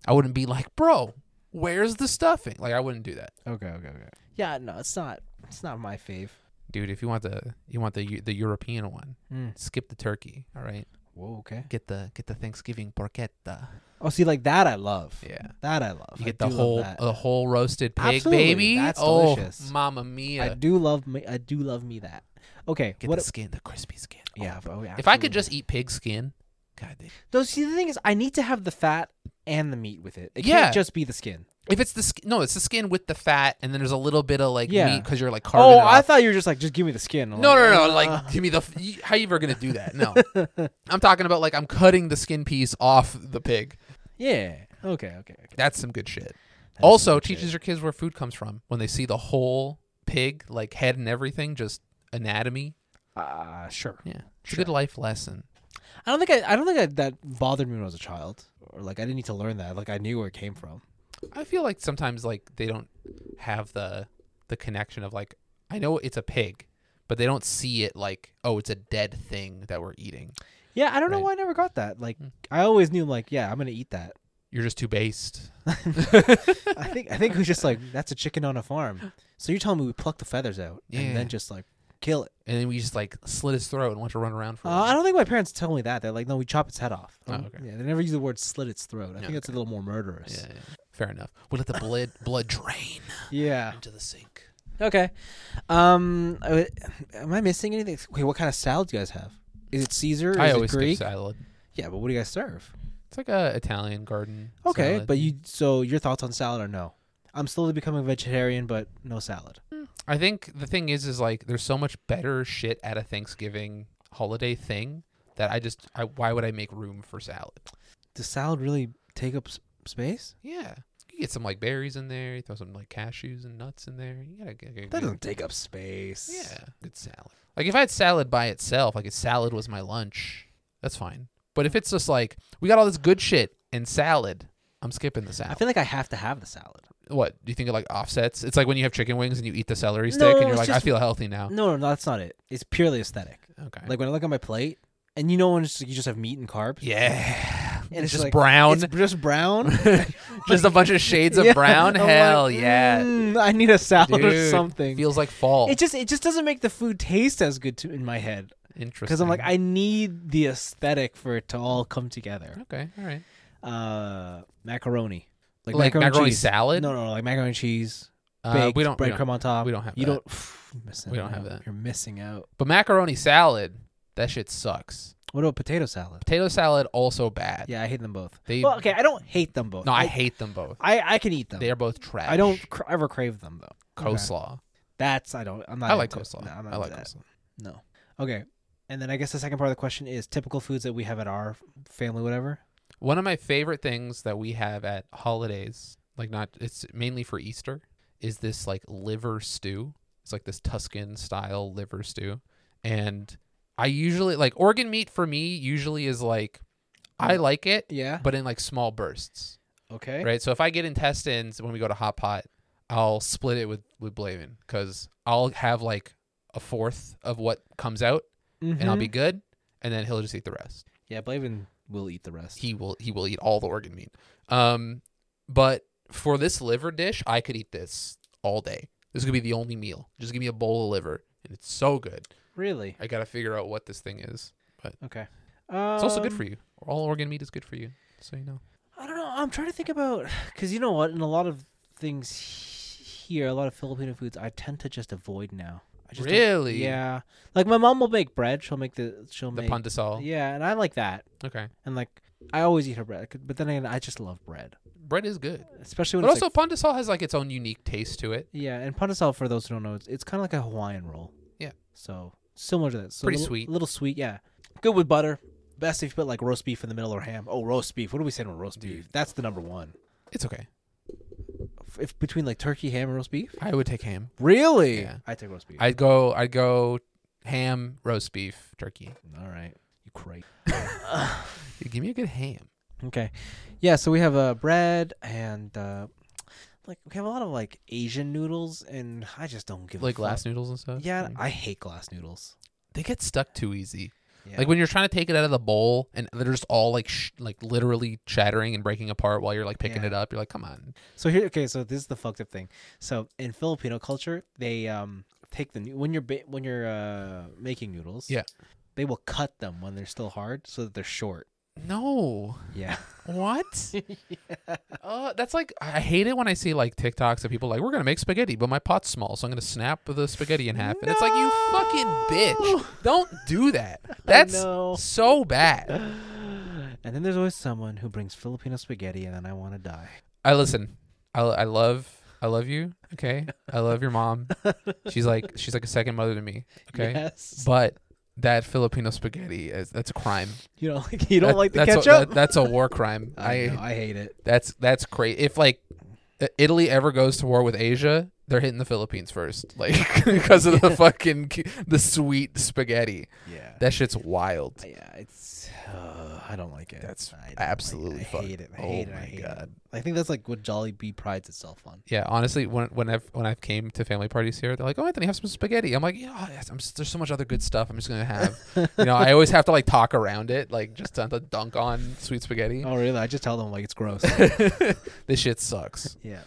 B: I wouldn't be like, "Bro, where's the stuffing?" Like I wouldn't do that.
A: Okay. Okay. Okay. Yeah. No, it's not. It's not my fave.
B: Dude, if you want the you want the Eu- the European one,
A: Mm.
B: skip the turkey, all right?
A: Whoa. Okay.
B: Get the get the Thanksgiving porchetta.
A: Oh, see, like that, I love.
B: Yeah.
A: That I love.
B: You
A: I
B: get the
A: do love
B: whole
A: that.
B: the whole roasted pig,
A: Absolutely,
B: baby.
A: that's
B: oh,
A: delicious.
B: mamma mia!
A: I do love me. I do love me that. Okay.
B: Get
A: what?
B: the skin, the crispy skin. Oh,
A: yeah. oh,
B: if I
A: absolutely.
B: could just eat pig skin, God. They,
A: Though, see, the thing is, I need to have the fat and the meat with it. It
B: Yeah.
A: can't just be the skin.
B: if it's the skin, no, it's the skin with the fat, and then there's a little bit of like meat
A: Yeah.
B: meat because you're like carving
A: Oh,
B: it
A: I
B: up.
A: thought you were just like, just give me the skin. I'm
B: no, no, no, no,
A: uh, (laughs)
B: Like, give me the. F- you- how you ever gonna do that? No, I'm talking about like I'm cutting the skin piece off the pig.
A: yeah. Okay, okay. okay.
B: That's some good shit.
A: That's
B: also,
A: good shit.
B: teaches your kids where food comes from when they see the whole pig, like head and everything, just anatomy.
A: Uh, sure.
B: Yeah, it's a good life lesson.
A: I don't think I, I don't think I, that bothered me when I was a child, or like I didn't need to learn that. Like I knew where it came from.
B: I feel like sometimes like they don't have the the connection of like I know it's a pig, but they don't see it like oh it's a dead thing that we're eating.
A: Yeah, I don't know
B: Right.
A: why I never got that. Like I always knew, like yeah, I'm gonna eat that. (laughs)
B: You're just too based.
A: I think I think we just like that's a chicken on a farm. So you're telling me we pluck the feathers out
B: Yeah.
A: and then just like kill it?
B: And then we just like slit his throat and want to run around for. a
A: Uh,
B: while.
A: I don't think my parents tell me that. They're like, no, we chop its head off.
B: Oh,
A: Um,
B: okay.
A: Yeah, they never use the word slit its throat. I
B: Yeah,
A: think that's a little more murderous.
B: yeah, yeah. Fair enough. We let the blood blood drain
A: yeah.
B: into the sink.
A: Okay. Um, I would- am I missing anything? Wait, what kind of salad do you guys have? Is it Caesar? Is
B: I
A: it
B: always
A: Greek?
B: skip salad.
A: Yeah, but what do you guys serve?
B: It's like a Italian garden.
A: Okay,
B: salad.
A: but you so your thoughts on salad are no. I'm slowly becoming a vegetarian, but no salad.
B: I think the thing is, is like there's so much better shit at a Thanksgiving holiday thing that I just I, why would I make room for salad?
A: Does salad really take up s- space?
B: Yeah. You get some like berries in there. You throw some like cashews and nuts in there. You gotta get, get
A: That
B: good-
A: doesn't take up space.
B: Yeah, good salad. Like if I had salad by itself, like if salad was my lunch, that's fine. But if it's just like we got all this good shit and salad, I'm skipping the
A: I
B: salad.
A: feel like I have to have the salad.
B: what do you think it like offsets? It's like when you have chicken wings and you eat the celery stick
A: No,
B: and you're
A: it's
B: like, I
A: just-
B: feel healthy now.
A: No, no, no, that's not it. It's purely aesthetic.
B: Okay.
A: Like when I look at my plate, and you know when it's, you just have meat and carbs,
B: yeah,
A: and
B: it's
A: it's
B: just
A: like-
B: brown,
A: it's just
B: (laughs)
A: brown. (laughs)
B: just a bunch of shades of
A: Yeah, (laughs)
B: brown.
A: I'm like,
B: Hell yeah,
A: mm, (laughs) I need a salad or
B: Dude,
A: something.
B: feels like fall.
A: It just it just doesn't make the food taste as good to in my head
B: Interesting.
A: because I'm like I need the aesthetic for it to all come together.
B: okay, all right.
A: Uh, macaroni,
B: Like macaroni
A: cheese.
B: salad?
A: No, no, no, like macaroni and cheese,
B: Uh,
A: baked
B: we don't. we don't.
A: breadcrumb on top.
B: we don't have
A: You
B: that.
A: don't. (sighs) Pff, you're missing
B: We don't have
A: out.
B: that.
A: You're missing out.
B: But macaroni salad, that shit sucks.
A: What about potato salad?
B: Potato salad also bad.
A: Yeah, I hate them both.
B: They-
A: well, okay, I don't hate them both.
B: No, I, hate them both.
A: I I can eat them.
B: They are both trash.
A: I don't cr- ever crave them though. Okay.
B: coleslaw.
A: That's I don't. I'm not.
B: I like
A: into-
B: coleslaw.
A: no, I'm not
B: I
A: into
B: like
A: that.
B: coleslaw.
A: No. Okay. And then I guess the second part of the question is typical foods that we have at our family, whatever.
B: One of my favorite things that we have at holidays, like not it's mainly for Easter, is this like liver stew. It's like this Tuscan style liver stew. And I usually like organ meat for me usually is like I like it,
A: Yeah.
B: but in like small bursts.
A: Okay.
B: Right? So if I get intestines when we go to hot pot, I'll split it with with Blavin cuz I'll have like a fourth of what comes out and I'll
A: Mhm.
B: be good and then he'll just eat the rest
A: Yeah, Blavin will eat the rest.
B: he will he will eat all the organ meat. Um, but for this liver dish, I could eat this all day. This could be the only meal. Just give me a bowl of liver, and it's so good.
A: really?
B: I gotta figure out what this thing is.
A: Okay.
B: It's also
A: Um,
B: good for you. All organ meat is good for you, so you know.
A: I don't know. I'm trying to think about because you know what? In a lot of things he- here, a lot of Filipino foods, I tend to just avoid now. I just don't-
B: Really?
A: Yeah. Like my mom will make bread. She'll make the she'll
B: The
A: make
B: pandesal.
A: yeah, and I like that.
B: Okay.
A: And like I always eat her bread, but then again, I just love bread,
B: Bread is good,
A: especially
B: but
A: when it's
B: also
A: like,
B: pandesal has like its own unique taste to it.
A: yeah. And pandesal, for those who don't know, it's, it's kind of like a Hawaiian roll.
B: Yeah.
A: So similar to that. So
B: Pretty
A: little-
B: sweet.
A: little sweet, yeah. Good with butter. Best if you put like roast beef in the middle or ham. Oh, roast beef. What are we saying with roast beef? That's the number one.
B: It's okay.
A: If- If between like turkey, ham, and roast beef.
B: I would take ham.
A: Really?
B: Yeah.
A: I take roast beef.
B: I'd go. I'd go ham, roast beef, turkey.
A: All right. You crate.
B: Give me a good ham.
A: Okay. Yeah, so we have uh, bread and uh, like we have a lot of like Asian noodles and I just don't give
B: Like
A: a fuck.
B: glass noodles and stuff.
A: Yeah, I hate glass noodles.
B: they get stuck too easy.
A: Yeah.
B: Like when you're trying to take it out of the bowl and they're just all like sh- like literally shattering and breaking apart while you're like picking
A: Yeah.
B: it up. You're like, come on.
A: So here okay, so this is the fucked up thing. So in Filipino culture, they um take the noo- when you're ba- when you're uh, making noodles,
B: Yeah.
A: They will cut them when they're still hard so that they're short.
B: No. (laughs)
A: Yeah.
B: What? uh, that's like I hate it when I see like TikToks of people like we're gonna make spaghetti, but my pot's small, so I'm gonna snap the spaghetti in half. And it's like you fucking
A: No. (laughs)
B: bitch, don't do that. That's
A: know.
B: so bad.
A: and then there's always someone who brings Filipino spaghetti and then I want to die.
B: I listen. I, I love I love you. Okay, I love your mom. She's like she's like a second mother to me. (laughs) Okay,
A: Yes.
B: But that Filipino spaghetti is that's a crime.
A: You don't like you don't
B: That-
A: like the
B: that's a-
A: ketchup?
B: that- that's a war crime. I,
A: know, (laughs) I hate it.
B: that's that's crazy. If like I- Italy ever goes to war with Asia, they're hitting the Philippines first, (laughs) like because of the fucking cu- the sweet spaghetti.
A: Yeah.
B: That shit's wild.
A: yeah, it's uh, I don't like it.
B: That's
A: I don't like it.
B: absolutely
A: I
B: fucked.
A: hate it. I
B: Oh
A: hate it. I
B: my
A: hate it.
B: God.
A: I think that's like what Jolly Bee prides itself on.
B: Yeah, honestly, when when I've when I've came to family parties here, they're like, "Oh, Anthony, have some spaghetti." I'm like, "Yeah, yes, I'm just, there's so much other good stuff. I'm just gonna have." you know, I always have to like talk around it, like just to, to dunk on sweet spaghetti.
A: Oh really? I just tell them like it's
B: (laughs)
A: gross.
B: this shit sucks.
A: yeah.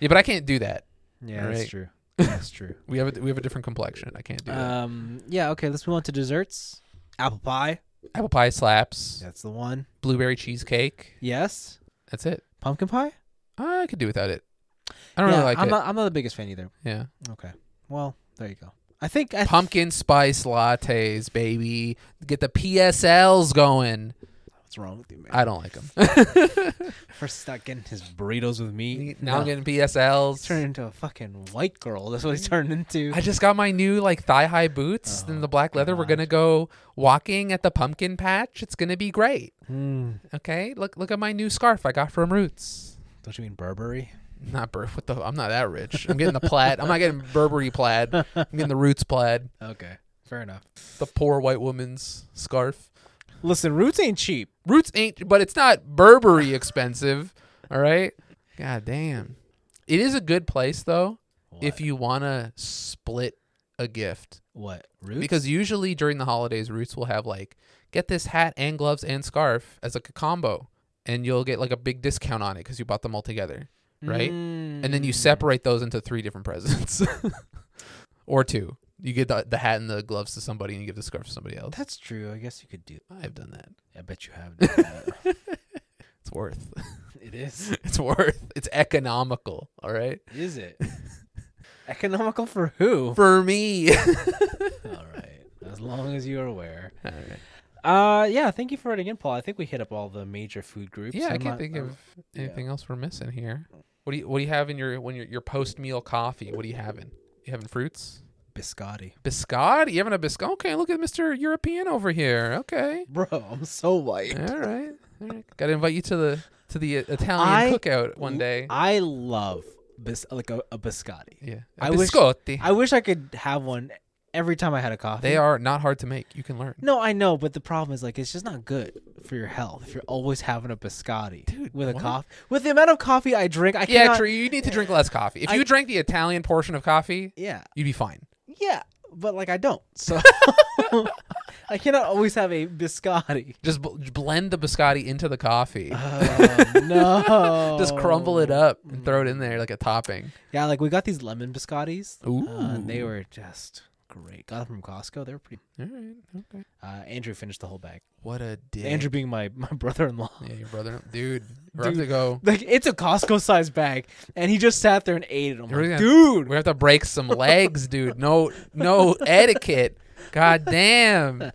B: Yeah, but I can't do that.
A: Yeah,
B: Right.
A: that's
B: (laughs)
A: true. That's true.
B: We have a, we have a different complexion. I can't do that.
A: um yeah, okay, let's move on to desserts. Apple pie.
B: Apple pie slaps,
A: That's the one.
B: blueberry cheesecake.
A: Yes.
B: That's it.
A: Pumpkin pie?
B: I could do without it. I don't
A: yeah,
B: really like
A: I'm
B: it.
A: not I'm not the biggest fan either. (laughs)
B: yeah,
A: Okay. Well, there you go. I think I
B: pumpkin spice lattes, baby. Get the PSLs going.
A: what's wrong with you, man?
B: I don't like them.
A: For getting his burritos with me.
B: now I'm
A: No.
B: getting
A: He's turned
B: PSLs.
A: into a fucking white girl. That's what he's turned into. Oh,
B: I just got my new like thigh high boots in the black leather. We're gonna go walking at the pumpkin patch. It's gonna be great. Hmm.
A: Mm.
B: Okay, look look at my new scarf I got from Roots.
A: Don't you mean Burberry?
B: Not Bur. What the? I'm not that rich. I'm getting the plaid. I'm not getting Burberry plaid. I'm getting the Roots plaid.
A: Okay, fair enough.
B: The poor white woman's scarf.
A: Listen, roots ain't cheap.
B: Roots ain't, but it's not
A: (laughs)
B: Burberry expensive. All right. God damn. It is a good place though if you wanna split a gift
A: what roots?
B: because usually during the holidays, Roots will have like get this hat and gloves and scarf as like a combo, and you'll get like a big discount on it because you bought them all together, right? and
A: Mm.
B: then you
A: Hmm.
B: separate those into three different presents (laughs) or two you get the, the hat and the gloves to somebody and you give the scarf to somebody else
A: That's true. I guess you could do.
B: i've done that
A: I bet you
B: (laughs)
A: have. Done that.
B: it's worth (laughs)
A: it is.
B: (laughs) it's worth it's economical all right
A: Is it? Economical for who? (laughs)
B: For me.
A: All right. As long as you're aware.
B: All right.
A: Uh, yeah. Thank you for it again, Paul. I think we hit up all the major food groups.
B: Yeah, I
A: I'm
B: can't
A: not-
B: think
A: I'm-
B: of anything else we're missing here. What do you What do you have in your when your your post meal coffee? What are you having? You having fruits?
A: biscotti. (laughs)
B: Biscotti? You having a biscotti? Okay, look at Mister European over here. Okay,
A: Bro, I'm so white.
B: all right, all right. (laughs) Got to invite you to the to the uh, Italian
A: I-
B: cookout one day.
A: I love bis- like a, a biscotti.
B: yeah,
A: I wish-
B: biscotti.
A: I wish I could have one every time I had a coffee.
B: they are not hard to make. You can learn.
A: No, I know, but the problem is like it's just not good for your health if you're always having a biscotti
B: Dude,
A: with a
B: what?
A: coffee. With the amount of coffee I drink, I
B: Yeah,
A: cannot.
B: true. You need to drink less coffee. If
A: I-
B: you drank the Italian portion of coffee,
A: Yeah,
B: you'd be fine.
A: yeah, but like I don't, so I cannot always have a
B: (laughs)
A: biscotti.
B: (laughs) Just b- blend the biscotti into
A: (laughs)
B: the coffee.
A: Oh, no,
B: Just crumble it up and throw it
A: Oh.
B: in there like a topping.
A: Yeah, like we got these lemon biscottis,
B: Ooh.
A: uh, and they were just great. Got them from Costco. They were pretty.
B: All right. Okay.
A: Uh, Andrew finished the whole bag.
B: What a dick.
A: Andrew being my my brother-in-law.
B: Yeah, your brother. Dude, we're going to go.
A: Like it's a Costco-sized bag, and he just sat there and ate it. I'm
B: We're
A: like,
B: gonna-
A: dude,
B: We have to break some legs, dude. No, no etiquette. God damn.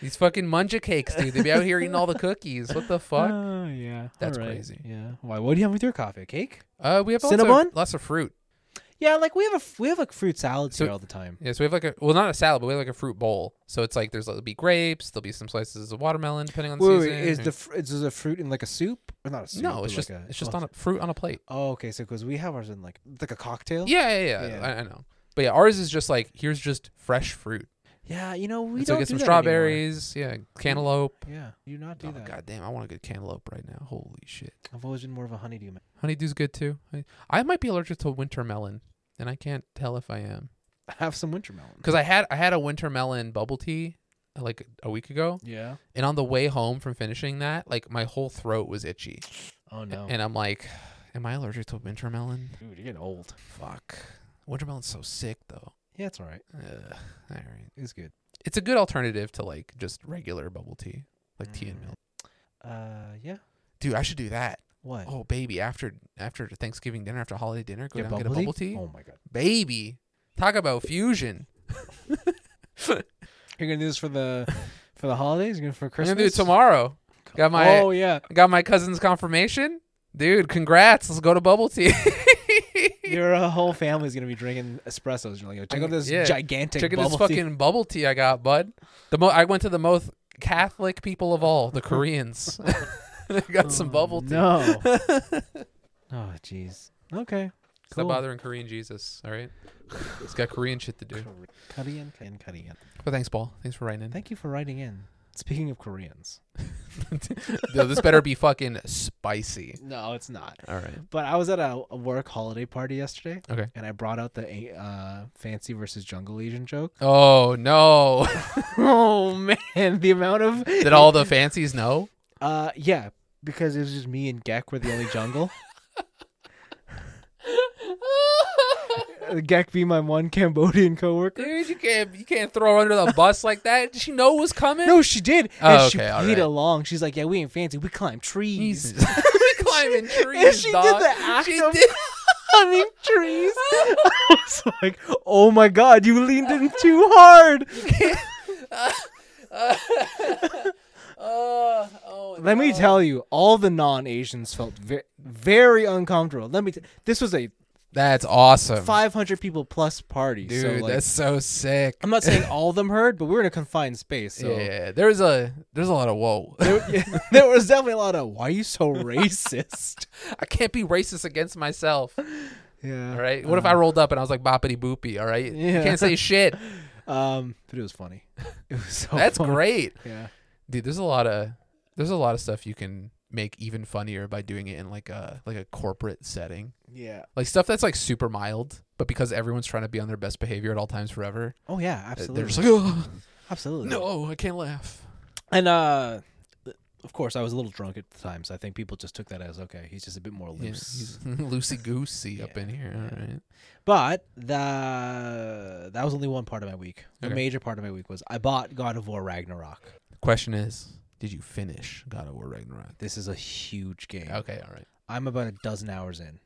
B: These fucking munja cakes, dude. They be out here eating all the cookies. What the fuck?
A: Oh yeah,
B: That's
A: Alright.
B: crazy.
A: Yeah. Why? What do you have with your coffee? A cake?
B: Uh, we have lots
A: Cinnabon?
B: of lots of fruit.
A: Yeah, like we have a f- we have like fruit salads
B: So-
A: here all the time.
B: Yeah, so we have like a well, not a salad, but we have like a fruit bowl. So it's like there's there'll be grapes, there'll be some slices of watermelon, depending on the
A: Wait, wait,
B: season.
A: is
B: or-
A: the fr- is the fruit in like a soup or not a soup?
B: no,
A: but
B: it's just
A: like a,
B: it's just
A: oh,
B: on a fruit on a plate.
A: Oh, okay. So because we have ours in like it's like a cocktail.
B: Yeah, yeah, yeah.
A: Yeah.
B: I, I know. But yeah, ours is just like here's just fresh fruit.
A: Yeah. You know we
B: And
A: don't
B: so get
A: do
B: some
A: that
B: strawberries, yeah, cantaloupe.
A: Anymore. Yeah. You do not do
B: Oh,
A: that.
B: God damn, I want a good cantaloupe right now. Holy shit.
A: I've always been more of a honeydew man. (laughs)
B: Honeydew's good too. I, I might be allergic to winter melon, and I can't tell if I am
A: Have some winter melon.
B: because I had I had a winter melon bubble tea uh, like a week ago,
A: Yeah.
B: and on the way home from finishing that, like my whole throat was itchy,
A: Oh no.
B: and I'm like, am I allergic to winter melon?
A: Dude, you're getting old.
B: Fuck, winter melon's so sick though.
A: Yeah, it's all right.
B: Ugh. All right,
A: It's good.
B: it's a good alternative to like just regular bubble tea, like tea and
A: Mm.
B: milk.
A: Uh, yeah.
B: Dude, I should do that.
A: What?
B: Oh baby, after after Thanksgiving dinner, after holiday dinner, go
A: Get
B: down and get a bubble tea.
A: Oh my god.
B: baby. Talk about fusion.
A: You're gonna do this for the for the holidays? You're gonna for
B: I'm
A: Christmas?
B: gonna do it tomorrow. Got my
A: Oh yeah.
B: got my cousin's confirmation. Dude, congrats. Let's go to bubble tea.
A: Your uh, whole family's gonna be drinking espressos. You're like, "Yo, check out this
B: Yeah. (laughs)
A: gigantic
B: Check out this
A: bubble tea."
B: fucking bubble tea I got, bud. The mo- I went to the most Catholic people of all, the
A: (laughs)
B: Koreans. (laughs) they got some
A: Oh,
B: bubble tea. (laughs)
A: No. oh jeez. Okay.
B: Stop
A: Cool.
B: bothering Korean Jesus, all right? It's got Korean shit to do.
A: Kore- Korean and Korean.
B: But thanks, Paul. Thanks for writing in.
A: Thank you for writing in. Speaking of Koreans.
B: Yo, this (laughs) better be fucking spicy.
A: No, it's not.
B: All right.
A: But I was at a, a work holiday party yesterday,
B: Okay.
A: and I brought out the a- uh, fancy versus jungle Asian
B: (laughs)
A: joke.
B: Oh, no. (laughs)
A: oh man, (laughs) the amount of
B: Did all (laughs) the fancies know?
A: Uh, yeah, because it was just me and Gek were the only
B: (laughs)
A: jungle. Uh, Gek being my one Cambodian coworker.
B: Dude, you can't you can't throw her under the bus like that. Did she know it was coming?
A: No, she did.
B: Oh,
A: and she
B: okay, all
A: played
B: right.
A: along. She's like, yeah, we ain't fancy. We climb trees.
B: (laughs) Jesus. (laughs) climbing
A: And (laughs)
B: trees.
A: she
B: dog.
A: did the act
B: She
A: of
B: did-
A: (laughs) climbing
B: (laughs)
A: trees. I was like, oh my god, you leaned in too hard.
B: Oh, oh,
A: Let me
B: no.
A: tell you, all the non-Asians felt ve- very uncomfortable. Let me. T- this was a
B: (laughs) That's awesome.
A: 500 people plus party.
B: Dude,
A: so like,
B: that's so sick.
A: I'm not saying all of them heard, but we were in a confined space. So.
B: Yeah, there's a there's a lot of whoa.
A: there, (laughs) yeah, there was definitely a lot of why are you so racist
B: (laughs) I can't be racist against myself.
A: yeah
B: All right. What if I rolled up and I was like boppity boopy? All right.
A: Yeah.
B: You can't say (laughs) shit.
A: um but it was funny (laughs) it was so
B: That's
A: funny.
B: great,
A: yeah
B: dude. There's a lot of there's a lot of stuff you can make even funnier by doing it in like a like a corporate setting.
A: yeah
B: like stuff that's like super mild, but because everyone's trying to be on their best behavior at all times forever,
A: oh yeah
B: uh,
A: absolutely
B: they're just like, oh,
A: absolutely
B: no, I can't laugh.
A: and uh of course i was a little drunk at the time so i think people just took that as okay he's just a bit more loose
B: (laughs) Loosey goosey up in here. All right.
A: but the that was only one part of my week the
B: Okay.
A: major part of my week was i bought god of war ragnarok
B: Question is, did you finish God of War Ragnarok?
A: this is a huge game
B: Okay, all right.
A: i'm about a dozen hours in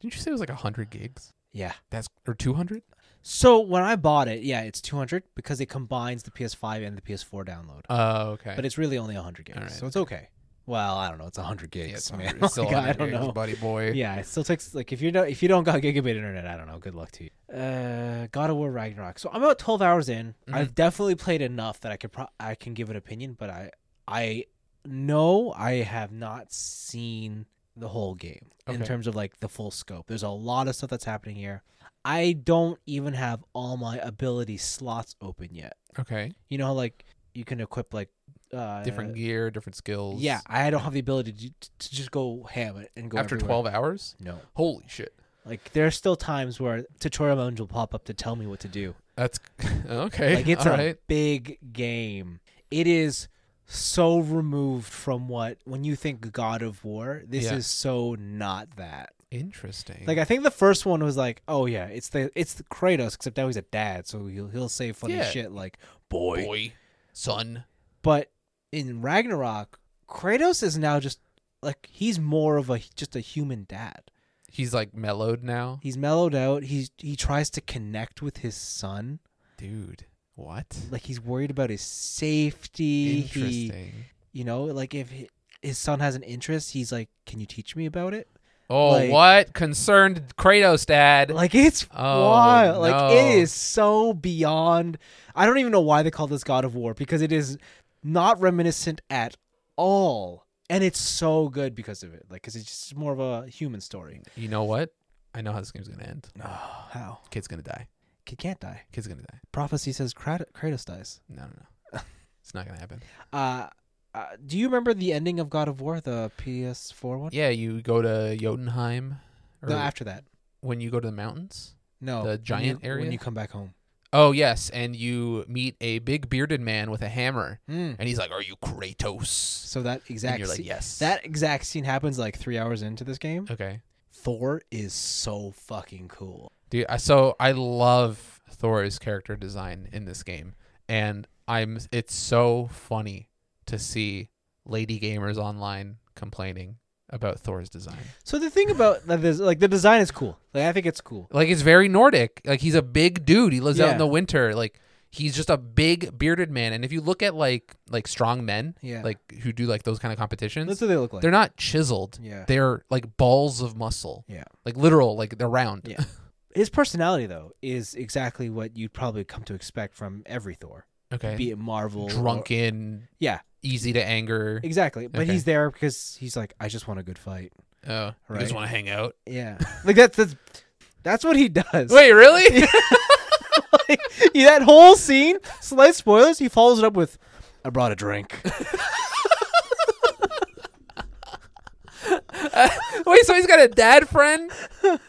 B: Didn't you say it was like hundred gigs?
A: Yeah.
B: That's or two hundred.
A: So when I bought it, yeah, it's 200 because it combines the PS5 and the PS4 download.
B: Oh, okay.
A: But it's really only 100 gigs,
B: Alright,
A: so it's okay. Well, I don't know. It's 100 gigs,
B: yeah, it's
A: man. (laughs)
B: 100. It's still
A: Like, I
B: 100
A: don't
B: gigs,
A: know.
B: buddy
A: (laughs)
B: boy.
A: Yeah, it still takes like if you don't if you don't got gigabit internet, I don't know. Good luck to you. Uh, God of War Ragnarok. So I'm about 12 hours in. I've definitely played enough that I could pro- I can give an opinion, but I I know I have not seen the whole game in
B: Okay.
A: terms of like the full scope. There's a lot of stuff that's happening here. I don't even have all my ability slots open yet.
B: Okay.
A: You know, how, like you can equip like uh,
B: Different gear, different skills.
A: Yeah, I don't have the ability to, to just go ham it and go
B: After
A: everywhere.
B: twelve hours.
A: No.
B: Holy shit.
A: Like there are still times where tutorial modes will pop up to tell me what to do.
B: That's (laughs) okay.
A: Like it's
B: all
A: a
B: right.
A: big game. It is so removed from what when you think God of War, this
B: Yeah.
A: is so not that.
B: Interesting.
A: Like I think the first one was like, oh yeah, it's the it's the Kratos except now he's a dad, so he'll he'll say funny
B: Yeah.
A: shit like boy.
B: boy, son.
A: But in Ragnarok, Kratos is now just like he's more of a just a human dad.
B: He's like mellowed now,
A: He's mellowed out. He's he tries to connect with his son.
B: dude. What?
A: like he's worried about his safety. He,
B: Interesting.
A: you know, like if hi- his son has an interest, he's like, "Can you teach me about it?"
B: Oh,
A: like-
B: what concerned Kratos dad?
A: Like it's
B: Oh,
A: wild. Like
B: no.
A: it is so beyond. I don't even know why they call this God of War because it is not reminiscent at all, and it's so good because of it. Like, because it's just more of a human
B: (sighs)
A: story.
B: You know what? I know how this game's gonna end.
A: No, how
B: Kid's gonna die.
A: kid can't die.
B: Kid's gonna die.
A: Prophecy says Krat- Kratos dies.
B: No, no, (laughs) no. it's not gonna happen.
A: Uh, uh, do you remember the ending of God of War, the PS4 one?
B: Yeah, you go to Jotunheim, or
A: No, after that.
B: when you go to the mountains.
A: No,
B: The
A: when
B: giant
A: you-
B: area?
A: when you come back home.
B: Oh yes, and you meet a big bearded man with a hammer,
A: Mm.
B: and he's like, "Are you Kratos?"
A: So that
B: And
A: exact
B: you're like,
A: sce-
B: "Yes."
A: that exact scene happens like three hours into this game.
B: okay,
A: Thor is so fucking cool.
B: dude. I, so I love Thor's character design in this game, and I'm. It's so funny to see lady gamers online complaining about Thor's design.
A: So the thing about that is like the design is cool. Like I think it's cool.
B: Like it's very Nordic. Like he's a big dude. He lives out
A: Yeah.
B: in the winter. Like he's just a big bearded man. And if you look at like like strong men,
A: Yeah,
B: like who do like those kind of competitions,
A: that's what they look like.
B: they're not chiseled.
A: yeah,
B: They're like balls of muscle.
A: Yeah.
B: Like literal. Like they're round.
A: Yeah. his personality though is exactly what you'd probably come to expect from every Thor,
B: (laughs) okay.
A: be it Marvel, or-
B: Drunken.
A: Yeah.
B: Easy to anger.
A: exactly. But
B: Okay.
A: he's there because he's like, I just want a good
B: (laughs)
A: fight.
B: Oh, I
A: Right.
B: just want to hang out.
A: Yeah, like that's that's that's what he does.
B: (laughs) Wait, really? (laughs)
A: like, yeah, (laughs) that whole scene, slight spoilers, he follows it up with, I brought a
B: (laughs)
A: drink.
B: Wait, so he's got a dad friend? He's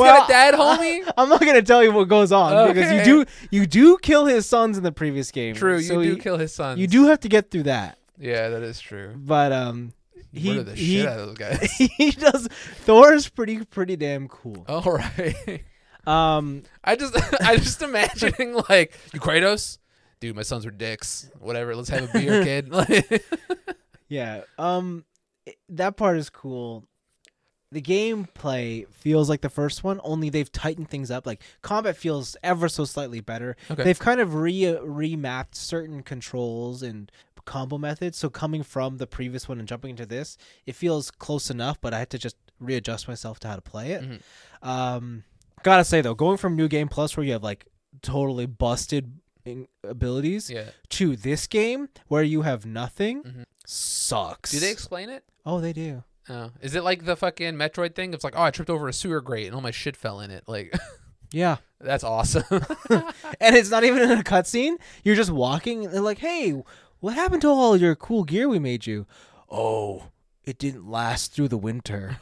A: Well,
B: got a dad homie?
A: I'm not gonna tell you what goes on because you
B: Okay.
A: do you do kill his sons in the previous game.
B: (laughs) True, you
A: so
B: do
A: he-
B: kill his son.
A: You do have to get through that,
B: Yeah, that is true.
A: but um,
B: He,
A: he
B: the
A: he,
B: shit out of those
A: (laughs)
B: guys. (laughs)
A: he does. Thor's pretty pretty damn cool.
B: All right. (laughs)
A: Um,
B: I just (laughs) I just imagining like you Kratos, dude. My sons were dicks. Whatever. Let's have a (laughs) beer, kid. Like-
A: yeah, um, it- that part is cool. The gameplay feels like the first one, only they've tightened things up. Like combat feels ever so slightly better.
B: okay.
A: They've kind of re remapped certain controls and combo methods. So coming from the previous one and jumping into this, it feels close enough, but I had to just readjust myself to how to play it.
B: Mhm.
A: Um, gotta say though, going from New Game Plus where you have like totally busted in- abilities
B: yeah.
A: to this game where you have nothing
B: Mhm.
A: sucks.
B: Do they explain it?
A: oh, they do.
B: Oh. Is it like the fucking Metroid thing? It's like, oh, I tripped over a sewer grate and all my shit fell in it. Like, (laughs)
A: Yeah,
B: that's awesome.
A: and it's not (laughs) even in a cutscene. You're just walking, and they're like, "Hey, what happened to all your cool gear we made you?" Oh, it didn't last through the
B: (laughs)
A: winter.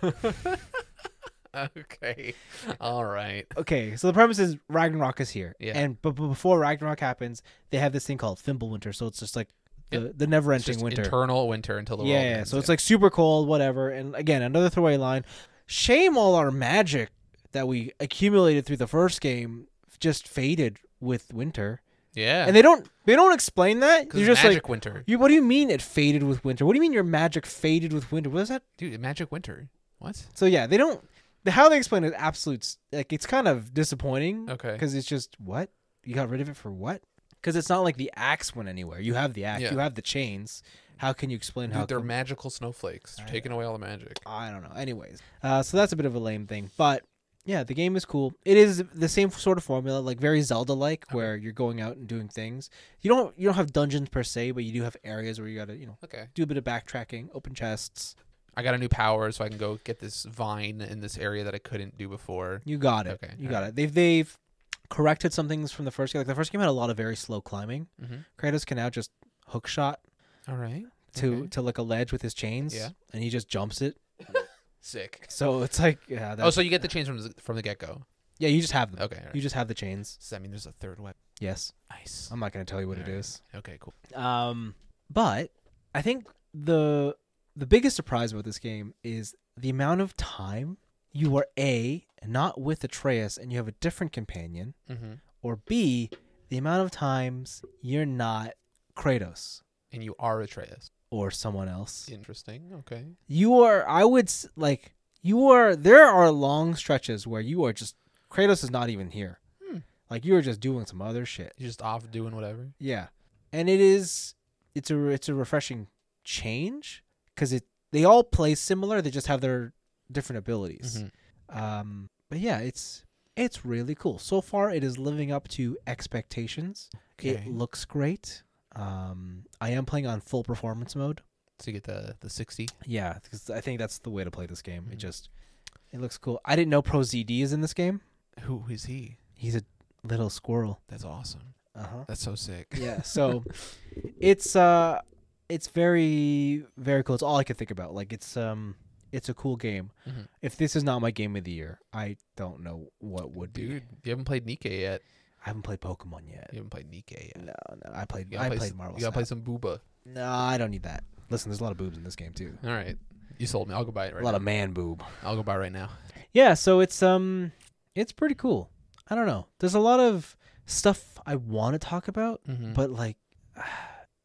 B: okay. All right.
A: okay, so the premise is Ragnarok is here,
B: Yeah.
A: and but but before Ragnarok happens, they have this thing called Thimble Winter, so it's just like the, the
B: It's
A: never-ending
B: just
A: winter.
B: eternal winter until the
A: yeah,
B: world
A: yeah,
B: ends.
A: so it's like super cold, whatever. And again, another throwaway line. Shame all our magic that we accumulated through the first game just faded with winter,
B: yeah.
A: and they don't they don't explain that.
B: Because
A: They're just
B: magic
A: like.
B: winter,
A: You, what do you mean it faded with winter? What do you mean your magic faded with winter? What is that?
B: dude. Magic winter. What?
A: So yeah, they don't the- how they explain it is absolute s- like it's kind of disappointing
B: Okay.
A: because it's just what you got rid of it for what because it's not like the axe went anywhere you have the axe
B: Yeah.
A: you have the chains how can you explain how
B: Dude, they're
A: come-
B: magical snowflakes. They're taking away all the magic.
A: I don't know. Anyways, uh, so that's a bit of a lame thing, but yeah, the game is cool. It is the same sort of formula, like very Zelda-like, where you're going out and doing things. You don't you don't have dungeons per se, but you do have areas where you gotta you know
B: Okay.
A: do a bit of backtracking, open chests.
B: I got a new power, so I can go get this vine in this area that I couldn't do before.
A: You got it.
B: Okay,
A: you got it. They've they've corrected some things from the first game. Like the first game had a lot of very slow climbing.
B: Mhm.
A: Kratos can now just hook shot
B: All right.
A: to
B: Okay.
A: to like a ledge with his chains,
B: Yeah.
A: and he just jumps it.
B: Sick.
A: So it's like yeah,
B: Oh,
A: that's,
B: so you get the chains from the, from the get go.
A: yeah, you just have them.
B: Okay. all right.
A: You just have the chains.
B: Does that mean there's a third weapon?
A: Yes,
B: Nice.
A: I'm not gonna tell you what it
B: Alright.
A: is.
B: Okay, cool.
A: Um, but I think the the biggest surprise about this game is the amount of time you are a not with Atreus and you have a different companion,
B: Mm-hmm.
A: or b the amount of times you're not Kratos
B: And you are Atreus.
A: or someone else.
B: Interesting. Okay.
A: You are. I would s- like you are. There are long stretches where you are just Kratos is not even here.
B: Hmm.
A: Like you are just doing some other shit.
B: You're just off doing whatever.
A: Yeah, and it is it's a it's a refreshing change because it they all play similar. They just have their different abilities.
B: Mhm.
A: Um, but yeah, it's it's really cool so far. It is living up to expectations.
B: Okay.
A: It looks great. Um, I am playing on full performance mode.
B: So you get the the sixty.
A: Yeah, because I think that's the way to play this game. It
B: Mhm.
A: just it looks cool. I didn't know Pro ZD is in this game.
B: Who is he?
A: He's a little squirrel.
B: That's awesome.
A: Uh huh.
B: That's so sick.
A: yeah (laughs) so it's uh it's very very cool it's all i could think about like it's um it's a cool game
B: Mhm.
A: if this is not my game of the year i don't know what would be
B: Dude, you haven't played Nikkei yet.
A: i haven't played pokemon yet
B: You haven't played Nikkei yet.
A: no no i played
B: You gotta
A: i
B: play
A: played
B: some,
A: marvel
B: You gotta play
A: Snap.
B: some Booba.
A: no i don't need that listen there's a lot of boobs in this game too
B: All right. You sold me. I'll go buy it right
A: a lot
B: now.
A: of man boob
B: I'll go buy it right now.
A: yeah so it's um it's pretty cool i don't know there's a lot of stuff i want to talk about
B: Mm-hmm.
A: but like (sighs)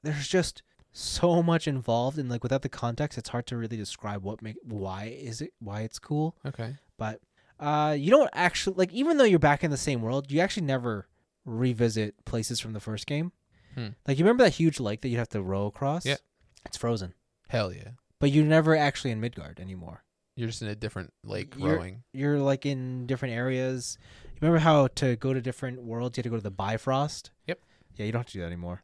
A: there's just so much involved and like without the context it's hard to really describe what make why is it why it's cool
B: okay.
A: but uh you don't actually like even though you're back in the same world you actually never revisit places from the first game
B: Hmm.
A: like you remember that huge lake that you have to row across
B: Yeah.
A: it's frozen
B: Hell yeah.
A: but you're never actually in midgard anymore
B: You're just in a different lake
A: You're-
B: rowing.
A: you're like in different areas remember how to go to different worlds you had to go to the bifrost
B: Yep.
A: yeah you don't have to do that anymore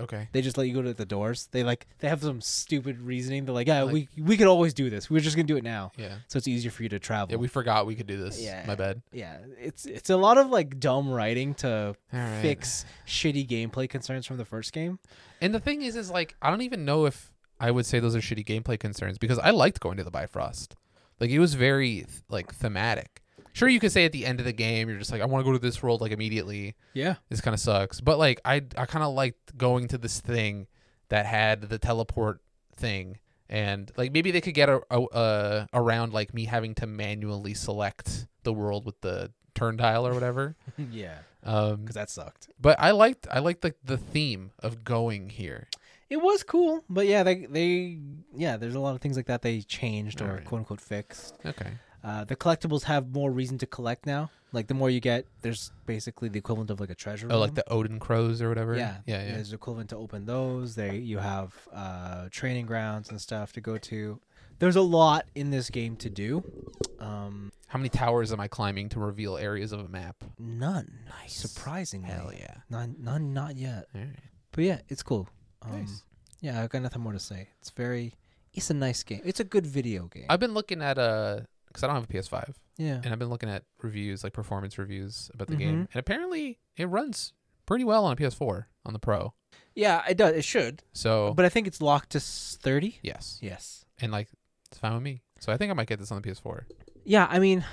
B: Okay.
A: They just let you go to the doors. They like they have some stupid reasoning. They're like, yeah,
B: Like-
A: we we could always do this. We're just gonna do it now,
B: Yeah.
A: so it's easier for you to travel.
B: Yeah, we forgot we could do this.
A: Yeah.
B: My bad.
A: Yeah, it's it's a lot of like dumb writing to
B: All right.
A: fix shitty gameplay concerns from the first game.
B: And the thing is, is like I don't even know if I would say those are shitty gameplay concerns because I liked going to the Bifrost. Like it was very th- like thematic. Sure, you could say at the end of the game, you're just like, I want to go to this world like immediately.
A: Yeah,
B: This kind of sucks. But like I, I kind of liked going to this thing that had the teleport thing, and like maybe they could get a, a, uh around like me having to manually select the world with the turntile or whatever.
A: (laughs) yeah,
B: Um,
A: because that sucked.
B: but I liked I liked like the theme of going here.
A: It was cool, but yeah, they they yeah, there's a lot of things like that they changed or
B: Alright.
A: quote unquote fixed.
B: Okay.
A: Uh, the collectibles have more reason to collect now. Like the more you get, there's basically the equivalent of like a treasure.
B: Oh,
A: room.
B: like the Odin crows or whatever.
A: Yeah,
B: yeah, yeah.
A: It's equivalent to open those. They you have uh, training grounds and stuff to go to. There's a lot in this game to do. Um,
B: How many towers am I climbing to reveal areas of a map?
A: none,
B: Nice.
A: surprisingly.
B: Hell yeah.
A: None, none, not yet.
B: All right.
A: But yeah, it's cool. Um,
B: Nice.
A: Yeah, I've got nothing more to say. It's very, it's a nice game. It's a good video game.
B: I've been looking at uh, because I don't have a PS5,
A: yeah,
B: and I've been looking at reviews like performance reviews about the
A: Mhm.
B: game, and apparently it runs pretty well on a PS4 on the Pro.
A: yeah, it does. It should,
B: So
A: but I think it's locked to thirty.
B: yes,
A: Yes.
B: and like it's fine with me. So I think I might get this on the PS4.
A: Yeah, I mean,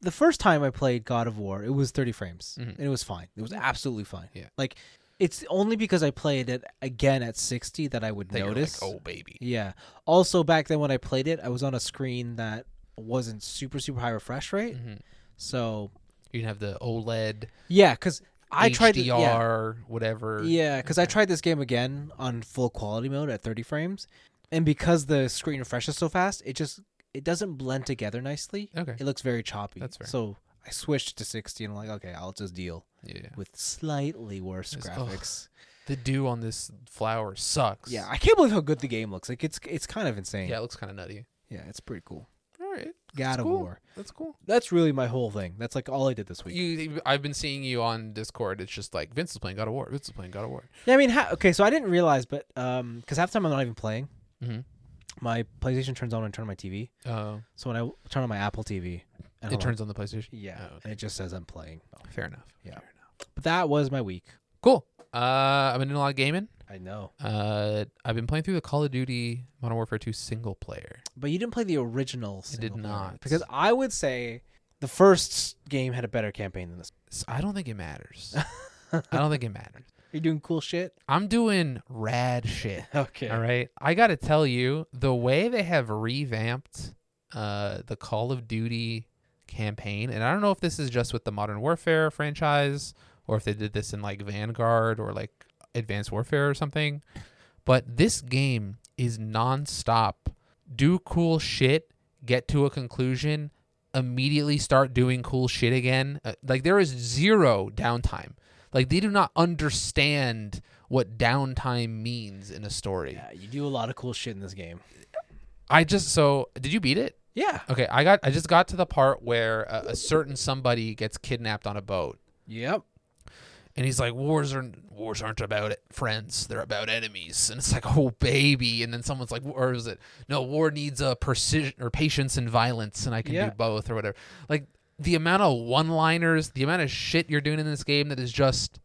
A: the first time I played God of War, it was 30 frames,
B: Mhm.
A: and it was fine. It was absolutely fine.
B: Yeah.
A: like it's only because I played it again at 60 that I would
B: That you're like,
A: notice.
B: oh baby.
A: Yeah. Also, back then when I played it, I was on a screen that wasn't super super high refresh rate.
B: Mhm.
A: So
B: You can have the E OLED,
A: yeah, because I
B: HDR,
A: tried to yeah.
B: whatever.
A: Yeah, because I tried this game again on full quality mode at 30 frames, and because the screen refreshes so fast, it just it doesn't blend together nicely.
B: Okay.
A: It looks very choppy.
B: That's fair.
A: So I switched to 60 and I'm like, okay, I'll just deal
B: Yeah.
A: with slightly worse
B: It's- ugh.
A: graphics.
B: The dew on this flower sucks.
A: Yeah, I can't believe how good the game looks. Like it's it's kind of insane.
B: Yeah, it looks kind of nutty.
A: Yeah, it's pretty cool.
B: All right.
A: God of
B: cool.
A: War.
B: That's cool.
A: That's really my whole thing. That's like all I did this week.
B: You, I've been seeing you on Discord. It's just like Vince is playing God of War. Vince is playing God of War.
A: Yeah, I mean, ha- okay, so I didn't realize, but um, because half the time I'm not even playing.
B: Mhm.
A: My PlayStation turns on when I turn on my TV.
B: Uh,
A: So when I w- turn on my Apple TV, and
B: it turns on the PlayStation.
A: Yeah,
B: Oh,
A: and it just says I'm playing.
B: Fair enough.
A: Yeah.
B: Fair enough.
A: But that was my week.
B: Cool. Uh, I've been doing a lot of gaming.
A: I know,
B: Uh, I've been playing through the Call of Duty Modern Warfare 2 single player.
A: but you didn't play the original.
B: I
A: single
B: did
A: player,
B: not.
A: because I would say the first game had a better campaign than this.
B: S- I don't think it matters. I don't think it matters.
A: You're doing cool shit.
B: I'm doing rad shit.
A: Okay.
B: All right. I got to tell you, the way they have revamped uh, the Call of Duty campaign, and I don't know if this is just with the Modern Warfare franchise or if they did this in like Vanguard or like Advanced Warfare or something, but this game is nonstop. Do cool shit, get to a conclusion, immediately start doing cool shit again. Uh, like, there is zero downtime. Like, they do not understand what downtime means in a story.
A: Yeah, you do a lot of cool shit in this game.
B: I just so did you beat it?
A: Yeah.
B: Okay, I got I just got to the part where a, a certain somebody gets kidnapped on a boat,
A: Yep.
B: and he's like, "Wars are wars aren't about friends; they're about enemies." And it's like, (laughs) "Oh, baby!" And then someone's like, "Or is it no? War needs a precision or patience and violence, and I can
A: Yeah.
B: do both or whatever." Like the amount of one-liners, the amount of shit you're doing in this game that is just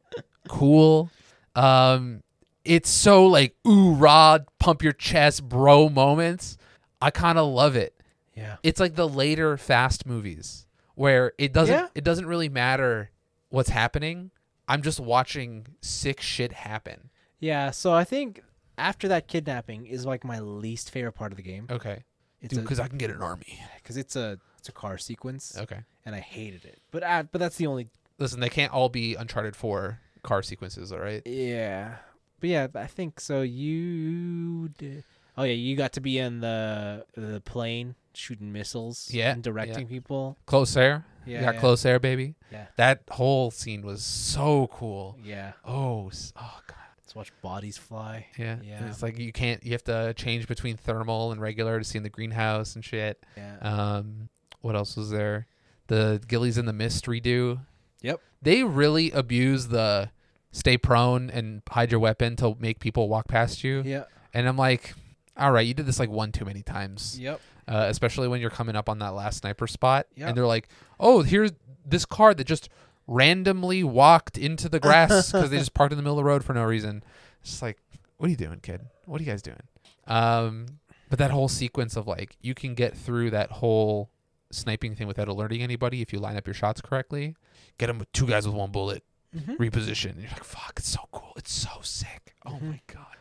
B: cool. Um, it's so like ooh rod, pump your chest, bro moments. I kind of love it
A: Yeah.
B: it's like the later fast movies where it doesn't
A: Yeah.
B: it doesn't really matter what's happening. I'm just watching sick shit happen.
A: Yeah. So I think after that kidnapping is like my least favorite part of the game.
B: Okay.
A: It's
B: Dude, cuz I can get an army.
A: because it's a it's a car sequence,
B: Okay.
A: and I hated it. But uh, but that's the only
B: Listen, they can't all be uncharted 4 car sequences, all right?
A: Yeah, but yeah, I think so. You did. Oh yeah, you got to be in the the plane shooting missiles.
B: Yeah,
A: and directing people.
B: Close air.
A: Yeah,
B: you got
A: yeah.
B: close air, baby.
A: Yeah.
B: That whole scene was so cool.
A: Yeah,
B: Oh, s- oh god.
A: let's watch bodies fly.
B: Yeah. And
A: Yeah.
B: It's like you can't you have to change between thermal and regular to see in the greenhouse and shit.
A: Yeah,
B: Um, what else was there? The Gillies in the Mist redo.
A: Yep.
B: They really abuse the stay prone and hide your weapon to make people walk past you.
A: yeah,
B: And I'm like, all right, you did this like one too many times,
A: yep.
B: uh, especially when you're coming up on that last sniper spot.
A: Yeah.
B: And they're like, oh, here's this car that just randomly walked into
A: (laughs)
B: the grass because they just parked in the middle of the road for no reason. It's just like, what are you doing, kid? What are you guys doing? Um, but that whole sequence of like, you can get through that whole sniping thing without alerting anybody if you line up your shots correctly. Get them with two guys with one bullet,
A: Mhm.
B: reposition. And you're like, fuck, it's so cool. It's so sick. Oh
A: Mhm.
B: my god.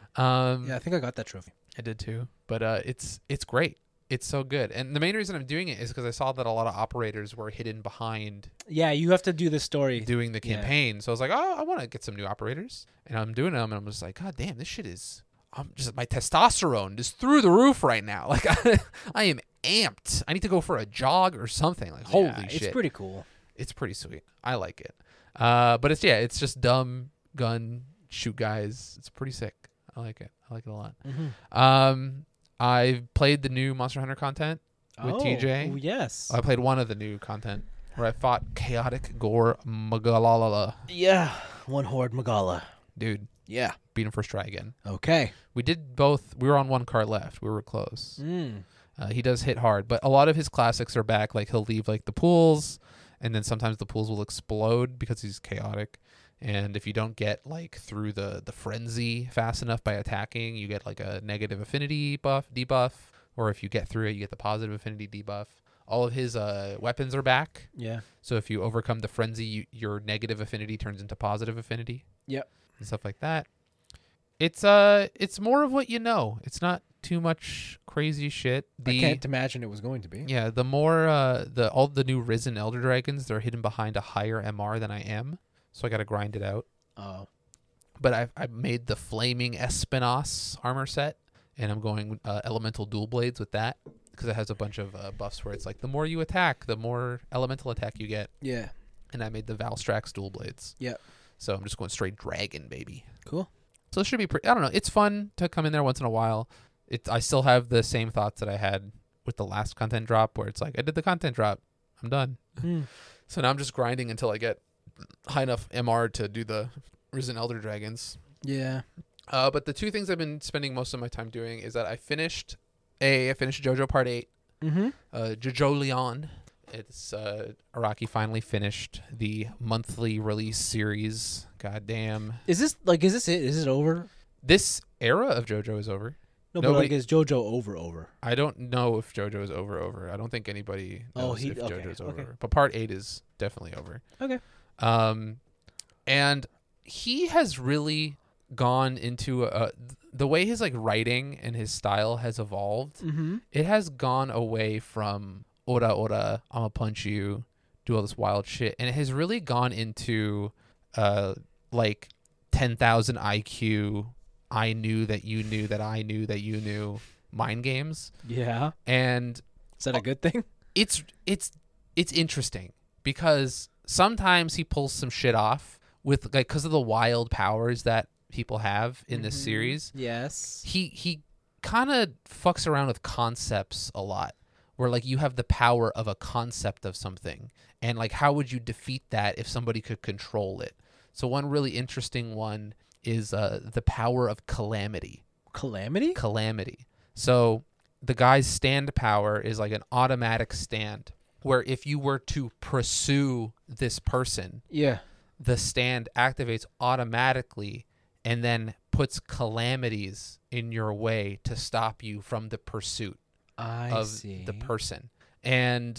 B: Um,
A: Yeah, I think I got that trophy.
B: I did too. But uh, it's it's great. It's so good. And the main reason I'm doing it is because I saw that a lot of operators were hidden behind
A: Yeah, you have to do the story.
B: doing the
A: Yeah.
B: campaign. So I was like, oh, I want to get some new operators, and I'm doing them, and I'm just like, god damn, this shit is. I'm just my testosterone is through the roof right now. (laughs) Like I, I am amped. I need to go for a jog or something. Like holy
A: Yeah,
B: shit,
A: it's pretty cool.
B: it's pretty sweet. I like it. Uh, but it's yeah, it's just dumb gun shoot guys. It's pretty sick. I like it. I like it a lot.
A: Mm-hmm.
B: Um, I've played the new Monster Hunter content. With Uh,
A: oh,
B: TJ?
A: oh, yes.
B: I played one of the new content where I fought Chaotic Gore Magalala.
A: yeah, one horde Magala.
B: Dude,
A: Yeah.
B: beat him first try again.
A: Okay.
B: We did both. We were on one card left. We were close.
A: Mm.
B: Uh, he does hit hard, but a lot of his classics are back. Like he'll leave like the pools, and then sometimes the pools will explode because he's chaotic. And if you don't get like through the the frenzy fast enough by attacking, you get like a negative affinity buff debuff, or if you get through it, you get the positive affinity debuff. All of his uh, weapons are back,
A: Yeah.
B: so if you overcome the frenzy, you, your negative affinity turns into positive affinity.
A: Yep.
B: and stuff like that. It's uh, it's more of what you know. It's not too much crazy shit.
A: I
B: The
A: can't imagine it was going to be.
B: yeah, the more uh, the all the new risen elder dragons, they're hidden behind a higher MR than I am, so I got to grind it out.
A: Oh.
B: But I I made the flaming Espinos armor set, and I'm going uh, elemental dual blades with that because it has a bunch of uh, buffs where it's like the more you attack, the more elemental attack you get.
A: Yeah.
B: And I made the Valstrax dual blades.
A: Yep.
B: So I'm just going straight dragon, baby.
A: Cool.
B: So it should be pretty. I don't know. It's fun to come in there once in a while. It. I still have the same thoughts that I had with the last content drop, where it's like I did the content drop. I'm done.
A: Hmm.
B: So now I'm just grinding until I get high enough MR to do the Risen Elder Dragons.
A: Yeah.
B: Uh, but the two things I've been spending most of my time doing is that I finished a I finished JoJo Part Eight,
A: Mm-hmm.
B: uh, JoJo Leon. It's uh, Araki finally finished the monthly release series. Goddamn,
A: Is this like is this it? Is it over?
B: this era of JoJo is over.
A: No, but
B: Nobody-
A: like is JoJo over over?
B: I don't know if JoJo is over. Over. I don't think anybody
A: Oh,
B: knows
A: he-
B: if
A: okay,
B: JoJo's over.
A: okay.
B: But part eight is definitely over.
A: Okay.
B: Um, and he has really gone into uh the way his like writing and his style has evolved.
A: Mm-hmm.
B: It has gone away from "ora ora," I'ma punch you, do all this wild shit, and it has really gone into uh like ten thousand IQ. I knew that you knew that I knew that you knew mind games
A: Yeah.
B: and
A: Is that a good thing?
B: it's it's it's interesting because sometimes he pulls some shit off with like because of the wild powers that people have in this
A: Mhm.
B: series
A: Yes.
B: he he kind of fucks around with concepts a lot where like you have the power of a concept of something and like how would you defeat that if somebody could control it so one really interesting one is uh, the power of calamity
A: Calamity?
B: calamity. So the guy's stand power is like an automatic stand where if you were to pursue this person,
A: Yeah.
B: the stand activates automatically and then puts calamities in your way to stop you from the pursuit
A: I
B: of the person. And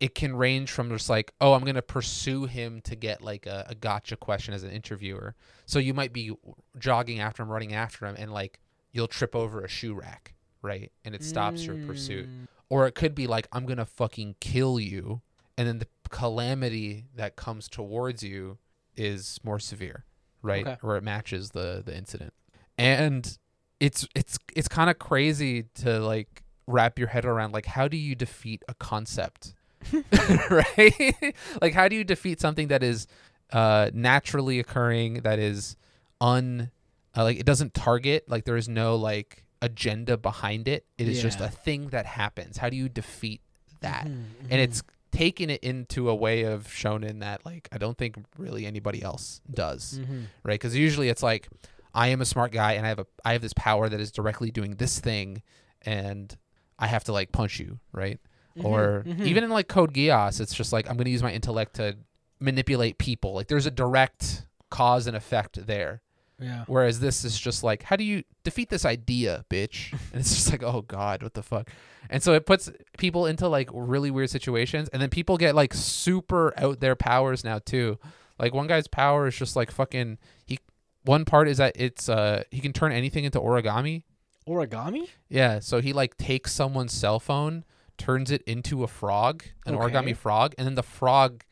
B: it can range from just like, oh, I'm going to pursue him to get like a, a gotcha question as an interviewer. So you might be jogging after him, running after him, and like you'll trip over a shoe rack, right? And it stops your pursuit.
A: Mm.
B: Or it could be like, I'm going to fucking kill you. And then the calamity that comes towards you is more severe, right?
A: Okay.
B: Or it matches the the incident. And it's it's it's kind of crazy to like wrap your head around like how do you defeat a concept? (laughs) right? like how do you defeat something that is uh naturally occurring that is un uh, like it doesn't target like there is no like agenda behind it. It is just
A: Yeah. Mm-hmm.
B: a thing that happens. How do you defeat that? and it's taken it into a way of shonen that like I don't think really anybody else does,
A: Mm-hmm. Mm.
B: right? Because usually it's like I am a smart guy and I have a I have this power that is directly doing this thing, and I have to like punch you, right?
A: Mm-hmm,
B: Or even in like Code Geass, it's just like I'm gonna use my intellect to manipulate people. Like there's a direct cause and effect there.
A: yeah.
B: Whereas this is just like, how do you defeat this idea, bitch? (laughs) And it's just like, oh God, what the fuck? And so it puts people into like really weird situations. And then people get like super out there powers now too. Like one guy's power is just like fucking he one part is that it's uh he can turn anything into origami.
A: Origami?
B: Yeah. So he like takes someone's cell phone, turns it into a frog, an
A: Okay.
B: origami frog, and then the frog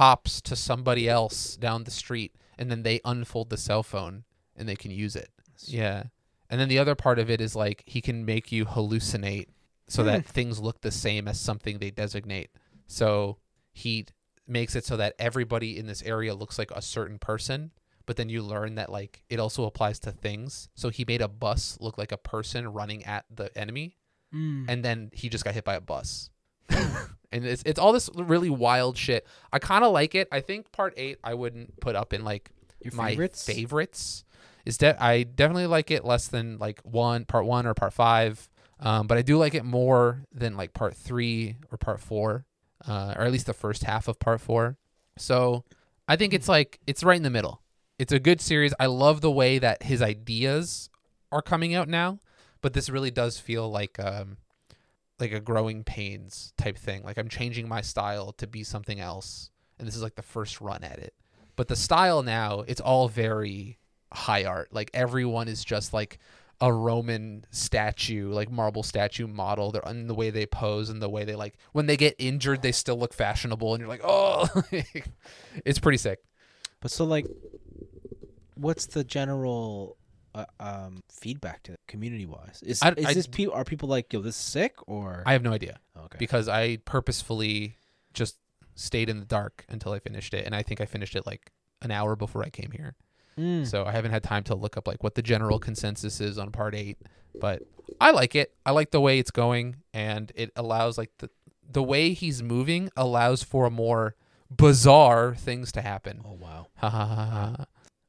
B: hops to somebody else down the street and then they unfold the cell phone and they can use it. Yeah. And then the other part of it is like he can make you hallucinate so that things look the same as something they designate. So he makes it so that everybody in this area looks like a certain person, but then you learn that like it also applies to things. So he made a bus look like a person running at the enemy
A: Mm.
B: and then he just got hit by a bus. (laughs) and it's it's all this really wild shit. I kind of like it. I think part 8 I wouldn't put up in like
A: Your
B: my
A: favorites?
B: favorites is de- I definitely like it less than like one part one or part five, um, but I do like it more than like part three or part four, uh, or at least the first half of part four. So I think it's like it's right in the middle. It's a good series. I love the way that his ideas are coming out now, but this really does feel like um, like a growing pains type thing. Like I'm changing my style to be something else, and this is like the first run at it but the style now it's all very high art like everyone is just like a roman statue like marble statue model they're and the way they pose and the way they like when they get injured they still look fashionable and you're like oh (laughs) it's pretty sick
A: But so like what's the general uh uh, um, feedback to community wise? Is,
B: I-
A: is
B: I-
A: this people are people like yo this is sick or Oh,
B: I have no idea
A: okay
B: because I purposefully just stayed in the dark until I finished it, and I think I finished it like an hour before I came here.
A: Mm.
B: So I haven't had time to look up like what the general consensus is on part eight, but I like it. I like the way it's going, and it allows like the the way he's moving allows for more bizarre things to happen.
A: oh wow
B: (laughs) Ha ha ha ha. ha.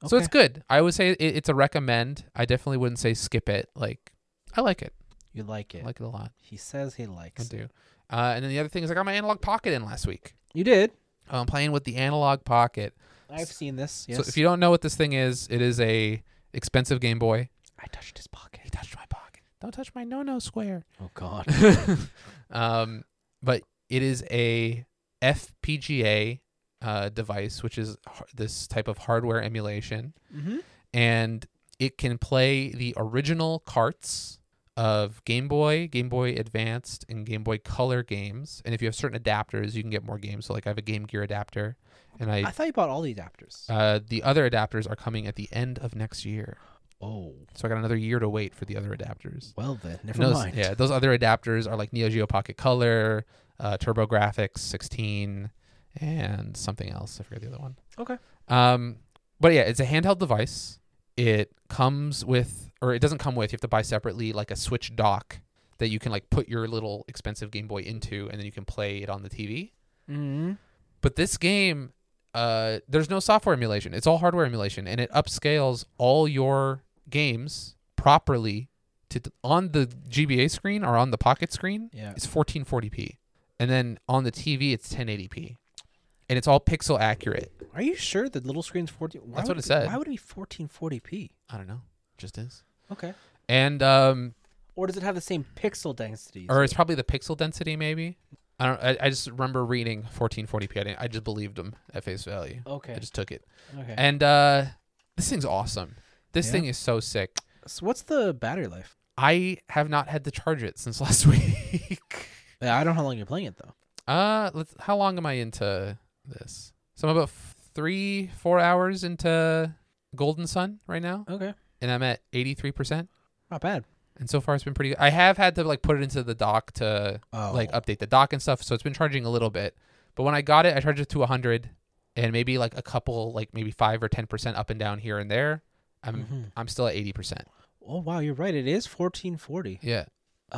B: So it's
A: Okay.
B: good. I would say it, it's a recommend. I definitely wouldn't say skip it. Like I like it.
A: you like it
B: I like it a lot.
A: he says he
B: I
A: likes it.
B: do. Uh, and then the other thing is I got my analog pocket in last week.
A: you did
B: I'm playing with the analog pocket.
A: I've seen this yes
B: So if you don't know what this thing is, it is a expensive Game Boy.
A: I touched his pocket
B: He touched my pocket. Don't touch my no no square.
A: oh god
B: (laughs) um, but it is a FPGA uh, device, which is har- this type of hardware emulation,
A: mm-hmm.
B: and it can play the original carts of Game Boy, Game Boy Advanced, and Game Boy Color games. And if you have certain adapters, you can get more games. So like I have a Game Gear adapter, and
A: I
B: I
A: thought you bought all the adapters
B: uh, the other adapters are coming at the end of next year.
A: oh
B: So I got another year to wait for the other adapters.
A: well then never
B: And those,
A: mind
B: Yeah, those other adapters are like Neo Geo Pocket Color, uh, Turbo Graphics 16, and something else. I forget the other one.
A: Okay.
B: Um, but yeah, it's a handheld device. It comes with, or it doesn't come with. You have to buy separately, like a Switch dock that you can like put your little expensive Game Boy into, and then you can play it on the TV.
A: mm-hmm.
B: But this game, uh, there's no software emulation. It's all hardware emulation, and it upscales all your games properly to on the GBA screen or on the Pocket screen.
A: yeah
B: It's 1440p, and then on the TV it's 1080p, and it's all pixel accurate.
A: are you sure the little screen's 14 why
B: That's
A: would
B: what it
A: be-
B: said.
A: why would it be 1440p
B: I don't know, just is.
A: okay
B: And um,
A: or does it have the same pixel density
B: or it's probably the pixel density maybe. I don't. I, I just remember reading 1440p. I, didn't, I just believed them at face value. I
A: okay
B: just took it.
A: okay
B: And uh, this thing's awesome. This
A: Yeah.
B: thing is so sick.
A: so what's the battery life
B: I have not had to charge it since (laughs) last week.
A: Yeah, I don't know how long you're playing it though.
B: uh, let's, how long am I into this? So I'm about f- three, four hours into Golden Sun right now,
A: Okay,
B: and I'm at 83%.
A: not bad.
B: And so far, it's been pretty good. I have had to like put it into the dock to
A: Oh,
B: like um, update the dock and stuff, so it's been charging a little bit. But when I got it, I charged it to 100, and maybe like a couple, like maybe five or 10% up and down here and there. I'm
A: Mhm.
B: I'm still at 80%.
A: Oh wow, you're right. It is 1440.
B: Yeah.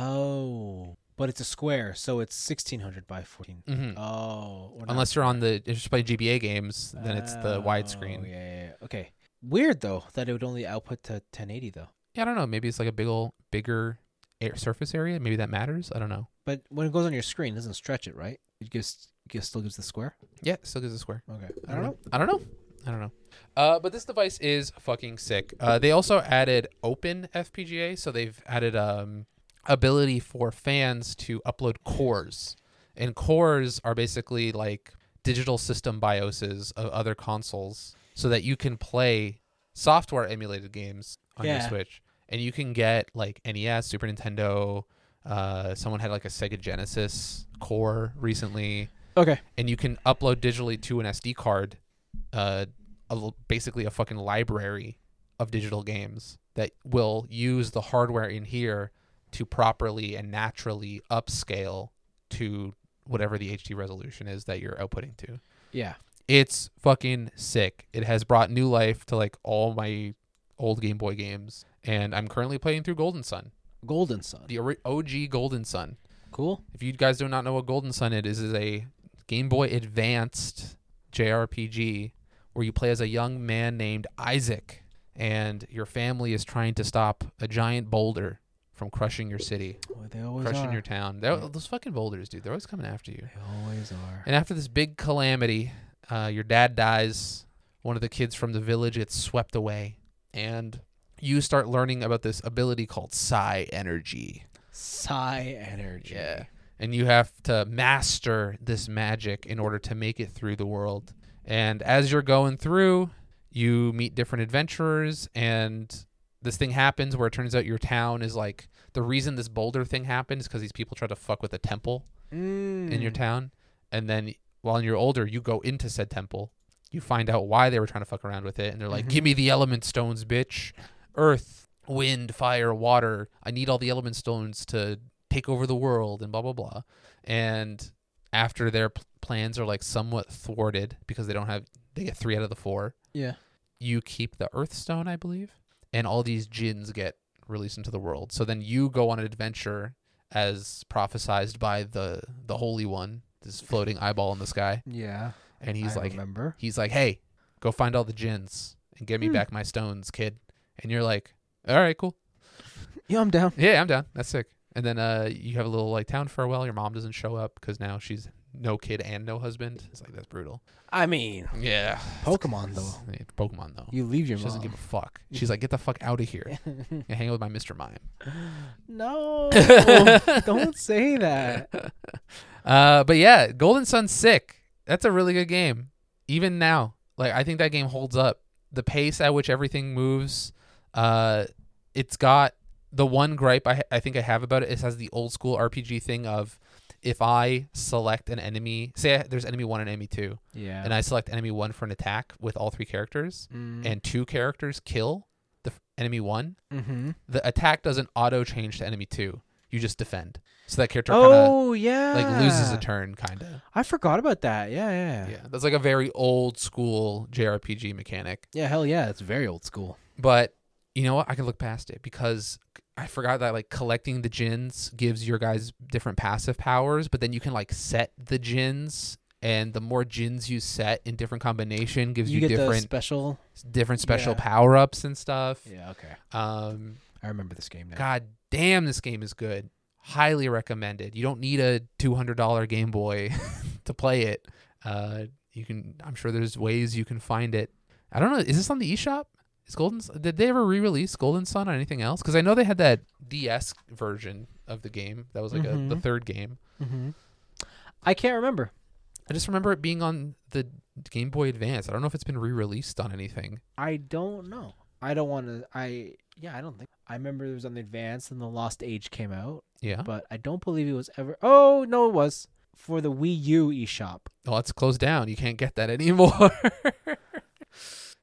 A: Oh, but it's a square, so it's 1600 by 14.
B: hmm
A: Oh, or not.
B: Unless you're on the if you just play GBA games, then it's the
A: Oh,
B: widescreen.
A: Yeah,
B: Yeah.
A: yeah, yeah. Okay. Weird though that it would only output to 1080 though.
B: I don't know. Maybe it's like a big old bigger air surface area. Maybe that matters. I don't know.
A: But when it goes on your screen, it doesn't stretch it, right? It gives, gives still gives the square.
B: Yeah, it still gives a square.
A: Okay. I don't know.
B: I don't know. I don't know. Uh, but this device is fucking sick. Uh, they also added open FPGA, so they've added um ability for fans to upload cores, and cores are basically like digital system BIOSes of other consoles, so that you can play software emulated games on your
A: Yeah.
B: Switch, and you can get like NES, Super Nintendo. Uh, someone had like a Sega Genesis core recently
A: Okay.
B: and you can upload digitally to an SD card, uh, a l basically a fucking library of digital games that will use the hardware in here to properly and naturally upscale to whatever the HD resolution is that you're outputting to.
A: Yeah.
B: It's fucking sick. It has brought new life to like all my old Game Boy games, and I'm currently playing through Golden Sun,
A: Golden Sun.
B: the ori- OG Golden Sun.
A: Cool.
B: If you guys do not know what Golden Sun it is, is a Game Boy Advanced JRPG where you play as a young man named Isaac, and your family is trying to stop a giant boulder from crushing your city,
A: Well, they always
B: crushing
A: are.
B: your town. They're-
A: Yeah.
B: Those fucking boulders, dude, they're always coming after you.
A: they always are.
B: And after this big calamity, uh, your dad dies. One of the kids from the village gets swept away, and you start learning about this ability called psi energy.
A: Sigh energy.
B: Yeah. And you have to master this magic in order to make it through the world. And as you're going through, you meet different adventurers and this thing happens where it turns out your town is like the reason this boulder thing happened is because these people try to fuck with a temple
A: Mm.
B: in your town. And then while you're older, you go into said temple. You find out why they were trying to fuck around with it. And they're like,
A: Mhm.
B: give me the element stones, bitch. Earth, wind, fire, water. I need all the element stones to take over the world and blah blah blah. And after their p- plans are like somewhat thwarted because they don't have they get 3 out of the 4,
C: Yeah.
B: you keep the earth stone, I believe, and all these djinns get released into the world. So then you go on an adventure as prophesized by the the holy one, this floating eyeball in the sky,
A: Yeah.
B: and he's
A: I
B: like
A: remember.
B: he's like, "Hey, go find all the djinns and get me
C: Hmm.
B: back my stones, kid." And you're like, "All right, cool.
A: Yeah, I'm down.
B: Yeah, I'm down. That's sick." And then uh, you have a little like town farewell. Your mom doesn't show up because now she's no kid and no husband. It's like that's brutal.
A: I mean,
B: Yeah,
A: Pokemon though.
B: It's Pokemon though.
A: You leave your
B: she doesn't give a fuck. She's like, "Get the fuck out
A: (laughs)
B: of here
A: mom.
B: and hang out with my Mister Mime." (laughs)
A: no, don't say that.
B: Uh, but yeah, Golden Sun's sick. That's a really good game. Even now, like I think that game holds up. The pace at which everything moves, uh, it's got the one gripe I, I think I have about it is has the old school RPG thing of if I select an enemy, say I- there's enemy one and enemy two,
A: Yeah.
B: and I select enemy one for an attack with all three characters, and two characters kill the f- enemy one,
A: mm-hmm.
B: the attack doesn't auto change to enemy two. You just defend, so that character kind of
A: Oh yeah.
B: like loses a turn, kind of.
A: I forgot about that. Yeah, yeah, yeah.
B: Yeah, that's like a very old school JRPG mechanic.
A: Yeah, hell yeah. It's very old school.
B: But you know what? I can look past it because I forgot that like collecting the gins gives your guys different passive powers, but then you can like set the gins and the more gins you set in different combination gives you,
A: get the
B: different
A: special.
B: different special
A: yeah.
B: power-ups and stuff.
A: Yeah, okay.
B: Um
A: I remember this game now.
B: god damn this game is good. Highly recommended. You don't need a $200 Game Boy (laughs) to play it. Uh, you can. I'm sure there's ways you can find it. I don't know. Is this on the eShop? Is Golden? Sun- Did they ever re-release Golden Sun or anything else? Because I know they had that DS version of the game that was like a, the
A: Mhm.
B: third game.
A: Mm-hmm. I can't remember.
B: I just remember it being on the Game Boy Advance. I don't know if it's been re-released on anything.
A: I don't know. I don't want to. I yeah. I don't think. I remember it was on the Advance and the Lost Age came out,
B: Yeah.
A: but I don't believe it was ever. Oh no, it was for the Wii U eShop.
B: Well, Oh, it's closed down. You can't get that (laughs) anymore.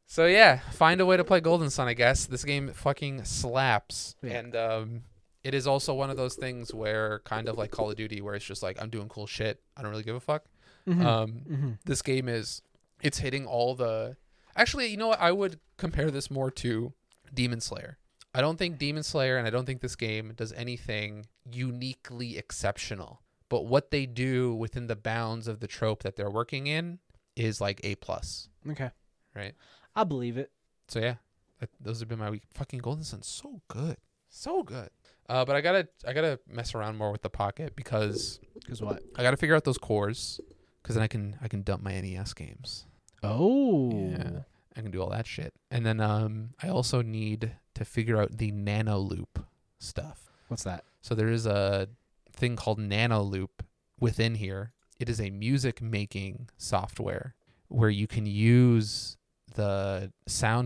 B: so yeah, find a way to play Golden Sun, I guess. This game fucking slaps.
A: Yeah.
B: And um it is also one of those things where kind of like Call of Duty where it's just like I'm doing cool shit. I don't really give a fuck. Um
A: mm-hmm.
B: this game is it's hitting all the Actually, you know what? I would compare this more to Demon Slayer. I don't think Demon Slayer and I don't think this game does anything uniquely exceptional. But what they do within the bounds of the trope that they're working in is like A plus.
A: Okay.
B: Right.
A: I believe it.
B: So yeah, that, those have been my week. Fucking Golden Sun's so good, so good. Uh, but I gotta I gotta mess around more with the pocket because
A: Because what?
B: I gotta figure out those cores because then I can I can dump my NES games.
A: Oh.
B: Yeah. I can do all that shit. And then um, I also need to figure out the nano loop stuff.
A: What's that?
B: So there is a thing called nano loop within here. It is a music making software where you can use the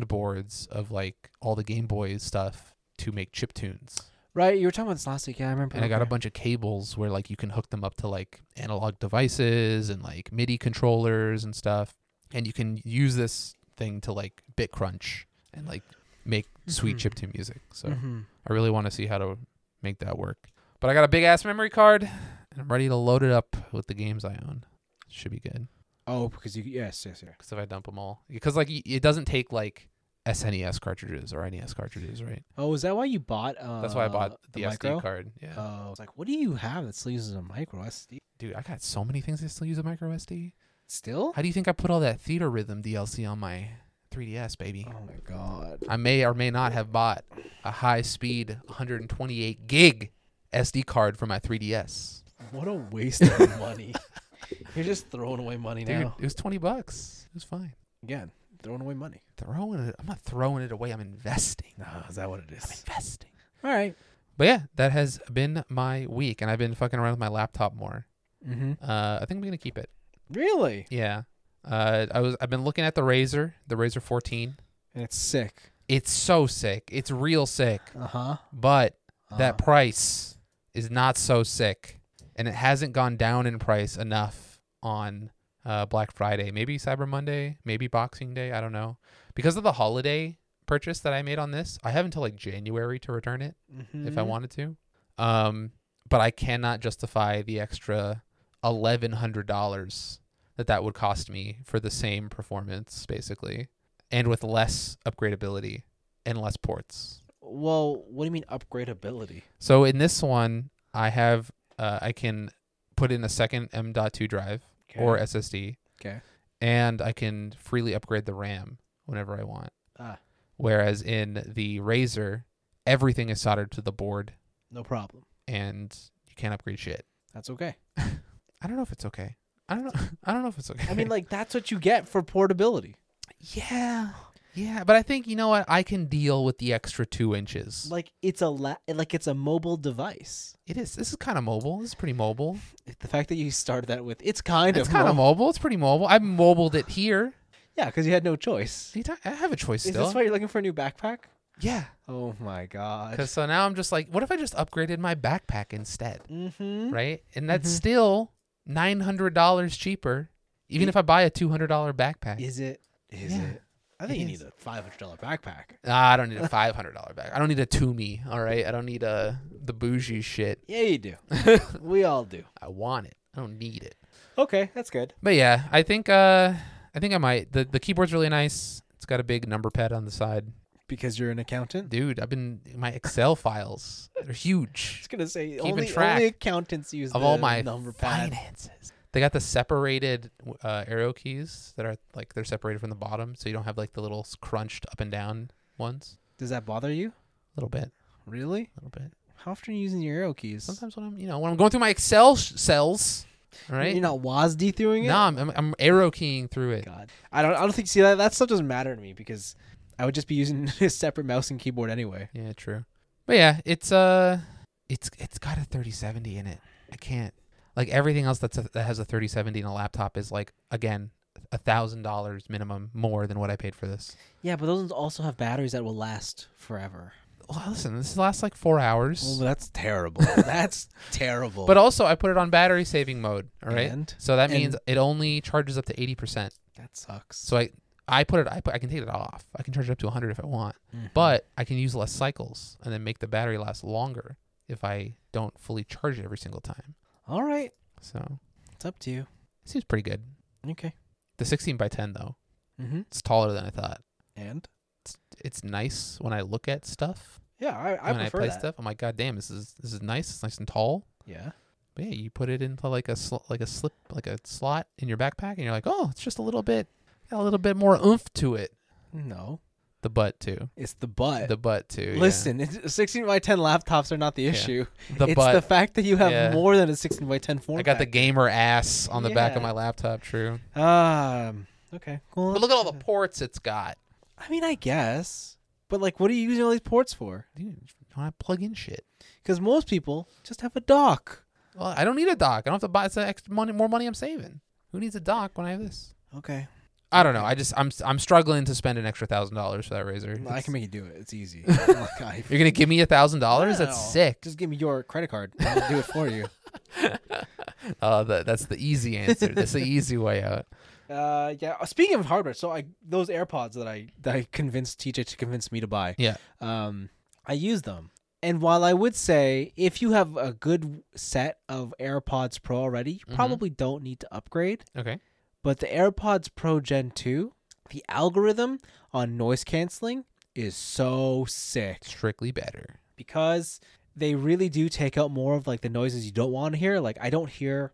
B: soundboards of like all the Game Boy stuff to make chip tunes.
A: Right. You were talking about this last week. Yeah, I remember.
B: And I got a
A: Okay.
B: bunch of cables where like you can hook them up to like analog devices and like MIDI controllers and stuff. And you can use this thing to like bit crunch and like make sweet
A: Mhm.
B: chiptune music. So
A: Mhm.
B: I really want to see how to make that work. But I got a big ass memory card and I'm ready to load it up with the games I own. Should be good.
A: Oh, because you yes, yes, yes.
B: Because if I dump them all, because like y- it doesn't take like SNES cartridges or NES cartridges, right?
A: Oh, is that why you bought? Uh,
B: That's why I bought the, SD
A: micro?
B: card. Yeah.
A: Oh, it's like, what do you have that still uses a micro SD?
B: Dude, I got so many things I still use a micro SD.
A: Still?
B: How do you think I put all that theater rhythm DLC on my 3DS, baby?
A: Oh my god.
B: I may or may not have bought a high speed 128 gig SD card for my 3DS.
A: What a waste of money. (laughs) You're just throwing away money
B: Dude,
A: now.
B: it was 20 bucks. It was fine.
A: Again, throwing away money.
B: Throwing it, I'm not throwing it away. I'm investing.
A: No, is that what it
B: I'm investing.
A: All right.
B: But yeah, that has been my week, and I've been fucking around with my laptop more.
A: Mm-hmm.
B: Uh, I think I'm gonna keep it.
A: Really?
B: Yeah. Uh, I was I've been looking at the Razer, the Razer 14.
A: And it's sick.
B: It's so sick. It's real sick.
A: Uh huh.
B: But
A: Uh-huh.
B: that
A: Uh.
B: price is not so sick and it hasn't gone down in price enough on uh, Black Friday, maybe Cyber Monday, maybe Boxing Day, I don't know. Because of the holiday purchase that I made on this. I have until like January to return it if I
A: Mhm.
B: wanted to. Um, but I cannot justify the extra eleven hundred dollars that that would cost me for the same performance, basically, and with less upgradability and less ports.
A: Well, what do you mean upgradability?
B: So in this one, I have uh, I can put in a second M.2 drive or SSD.
A: Okay.
B: And I can freely upgrade the RAM whenever I want.
A: Ah.
B: Whereas in the Razer, everything is soldered to the board
A: no problem.
B: and you can't upgrade shit.
A: That's okay.
B: I don't know if it's okay. I don't know. (laughs) I don't know if it's okay.
A: I (laughs) mean, like that's what you get for portability.
B: (laughs) yeah, yeah. But I think you know what? I can deal with the extra two inches.
A: Like it's a la- like it's a mobile device.
B: it is. This is kind of mobile. This is pretty mobile.
A: The fact that you started that with it's kind
B: It's
A: of
B: kind of
A: mo-"
B: mobile. It's pretty mobile. I mobiled it here.
A: yeah, because you had no choice.
B: See, I have a choice
A: Is this
B: still.
A: why you're looking for a new backpack?
B: yeah.
A: Oh my god.
B: Because so now I'm just like, what if I just upgraded my backpack instead?
A: Mm-hmm.
B: right? And that's still nine hundred dollars cheaper, even if I buy a two hundred dollar backpack.
A: Is it? Is
B: Yeah,
A: it? I think
B: it
A: you
B: is.
A: need a five hundred dollar backpack.
B: Nah, I don't need a five hundred dollar back. I don't need a Toomey. All right, I don't need a the bougie shit.
A: Yeah, you (laughs) do. we all do.
B: I want it. I don't need it.
A: Okay, that's good.
B: But yeah, I think uh, I think I might. the The keyboard's really nice. It's got a big number pad on the side.
A: Because you're an accountant.
B: Dude, I've been my Excel files. They're
A: I
B: huge
A: was gonna say
B: Keeping
A: only,
B: track
A: only accountants use
B: of
A: the
B: all my
A: number pad.
B: finances. They got the separated uh, arrow keys that are like they're separated from the bottom, so you don't have like the little s- crunched up and down ones.
A: Does that bother you?
B: A little bit,
A: Really?
B: a little bit.
A: How often are you using your arrow keys?
B: Sometimes when I'm, you know, when I'm going through my Excel sh- cells, all right?
A: You're not WASD through it.
B: no, I'm, I'm, I'm arrow keying through it.
A: God, I don't. I don't think. See, that that stuff doesn't matter to me because I would just be using (laughs) a separate mouse and keyboard anyway.
B: Yeah, true. But yeah, it's uh, it's it's got a 3070 in it. I can't like everything else that's a, that has a 3070 in a laptop is like again a thousand dollars minimum more than what I paid for this.
A: Yeah, but those ones also have batteries that will last forever.
B: Well, listen, this lasts like four
A: Well,
B: hours.
A: that's (laughs) terrible. that's terrible.
B: But also, I put it on battery saving mode. All right,
A: And?
B: so that
A: And-
B: means it only charges up to eighty percent.
A: that sucks.
B: So I I put it I put I can take it off. I can charge it up to 100 if I want,
A: Mhm.
B: but I can use less cycles and then make the battery last longer if I don't fully charge it every single time.
A: all right,
B: So
A: it's up to you.
B: it seems pretty good.
A: Okay.
B: The 16 by 10 though,
A: Mm-hmm.
B: it's taller than I thought.
A: And
B: It's, it's nice when I look at stuff.
A: yeah, I, I
B: when I
A: prefer
B: play
A: that.
B: stuff, I'm like, God damn, this is this is nice. It's nice and tall.
A: Yeah.
B: But yeah, you put it into like a sl- like a slip like a slot in your backpack, and you're like, oh, it's just a little bit got a little bit more oomph to it.
A: No,
B: The butt too.
A: it's the butt.
B: The butt too. yeah.
A: Listen, it's, 16 by 10 laptops are not the
B: Yeah.
A: issue.
B: The
A: it's
B: butt.
A: the fact that you have
B: Yeah.
A: more than a 16 by 10 form.
B: I got the
A: factor.
B: gamer ass on the back
A: Yeah.
B: of my laptop. True,
A: Um. Okay. Well,
B: but look at all the ports it's got.
A: I mean, I guess. But like, what are you using all these ports for?
B: Dude, you don't have to plug in shit.
A: Because most people just have a dock.
B: Well, I don't need a dock. I don't have to buy. It's extra money, more money I'm saving. Who needs a dock when I have this?
A: Okay.
B: I don't know. I just I'm I'm struggling to spend an extra thousand dollars for that razor.
A: I
B: It's-
A: can make you do it. It's
B: (laughs)
A: easy. Like, I-
B: You're gonna give me a thousand dollars?
A: No.
B: That's sick.
A: Just give me your credit card. I'll do it for you.
B: (laughs) Uh, that that's the easy answer. that's (laughs) the easy way out.
A: Uh, yeah. uh, Speaking of hardware, so I those AirPods that I that I convinced TJ to convince me to buy.
B: Yeah.
A: Um, I use them, and while I would say if you have a good set of AirPods Pro already, you
B: Mhm.
A: probably don't need to upgrade.
B: Okay.
A: But the AirPods Pro Gen 2, the algorithm on noise canceling is so sick
B: Strictly better.
A: because they really do take out more of like the noises you don't want to hear. Like I don't hear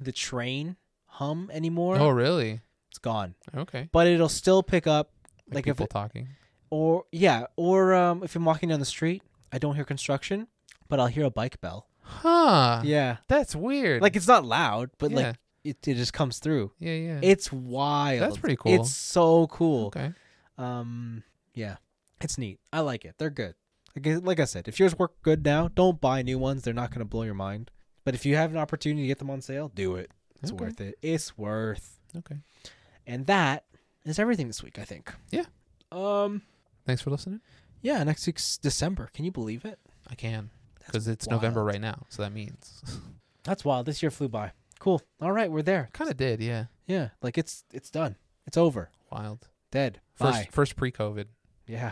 A: the train hum anymore.
B: Oh really?
A: It's gone.
B: Okay.
A: But it'll still pick up
B: Like,
A: like, if
B: people talking.
A: or yeah, or um if I'm walking down the street, I don't hear construction, but I'll hear a bike bell.
B: Huh.
A: Yeah.
B: That's weird.
A: Like it's not loud, but
B: Ah, Yeah.
A: like it, it just comes through.
B: yeah yeah.
A: It's wild.
B: That's pretty cool.
A: It's so cool.
B: okay.
A: Um, yeah, it's neat. I like it. They're good. Like, I- like I said, if yours work good now, don't buy new ones. They're not going to blow your mind. But if you have an opportunity to get them on sale, do it. It's
B: Okay.
A: worth it. It's worth.
B: Okay.
A: And that is everything this week, I think.
B: Yeah.
A: Um.
B: Thanks for listening.
A: Yeah. Next week's December. Can you believe it?
B: I can
A: That's
B: because it's November
A: wild.
B: right now, so that means
A: That's wild. This year flew by. Cool. All right, we're there.
B: kind of did, yeah.
A: Yeah. Like it's it's done. It's over.
B: Wild.
A: Dead.
B: First,
A: Bye.
B: first pre-COVID.
A: Yeah.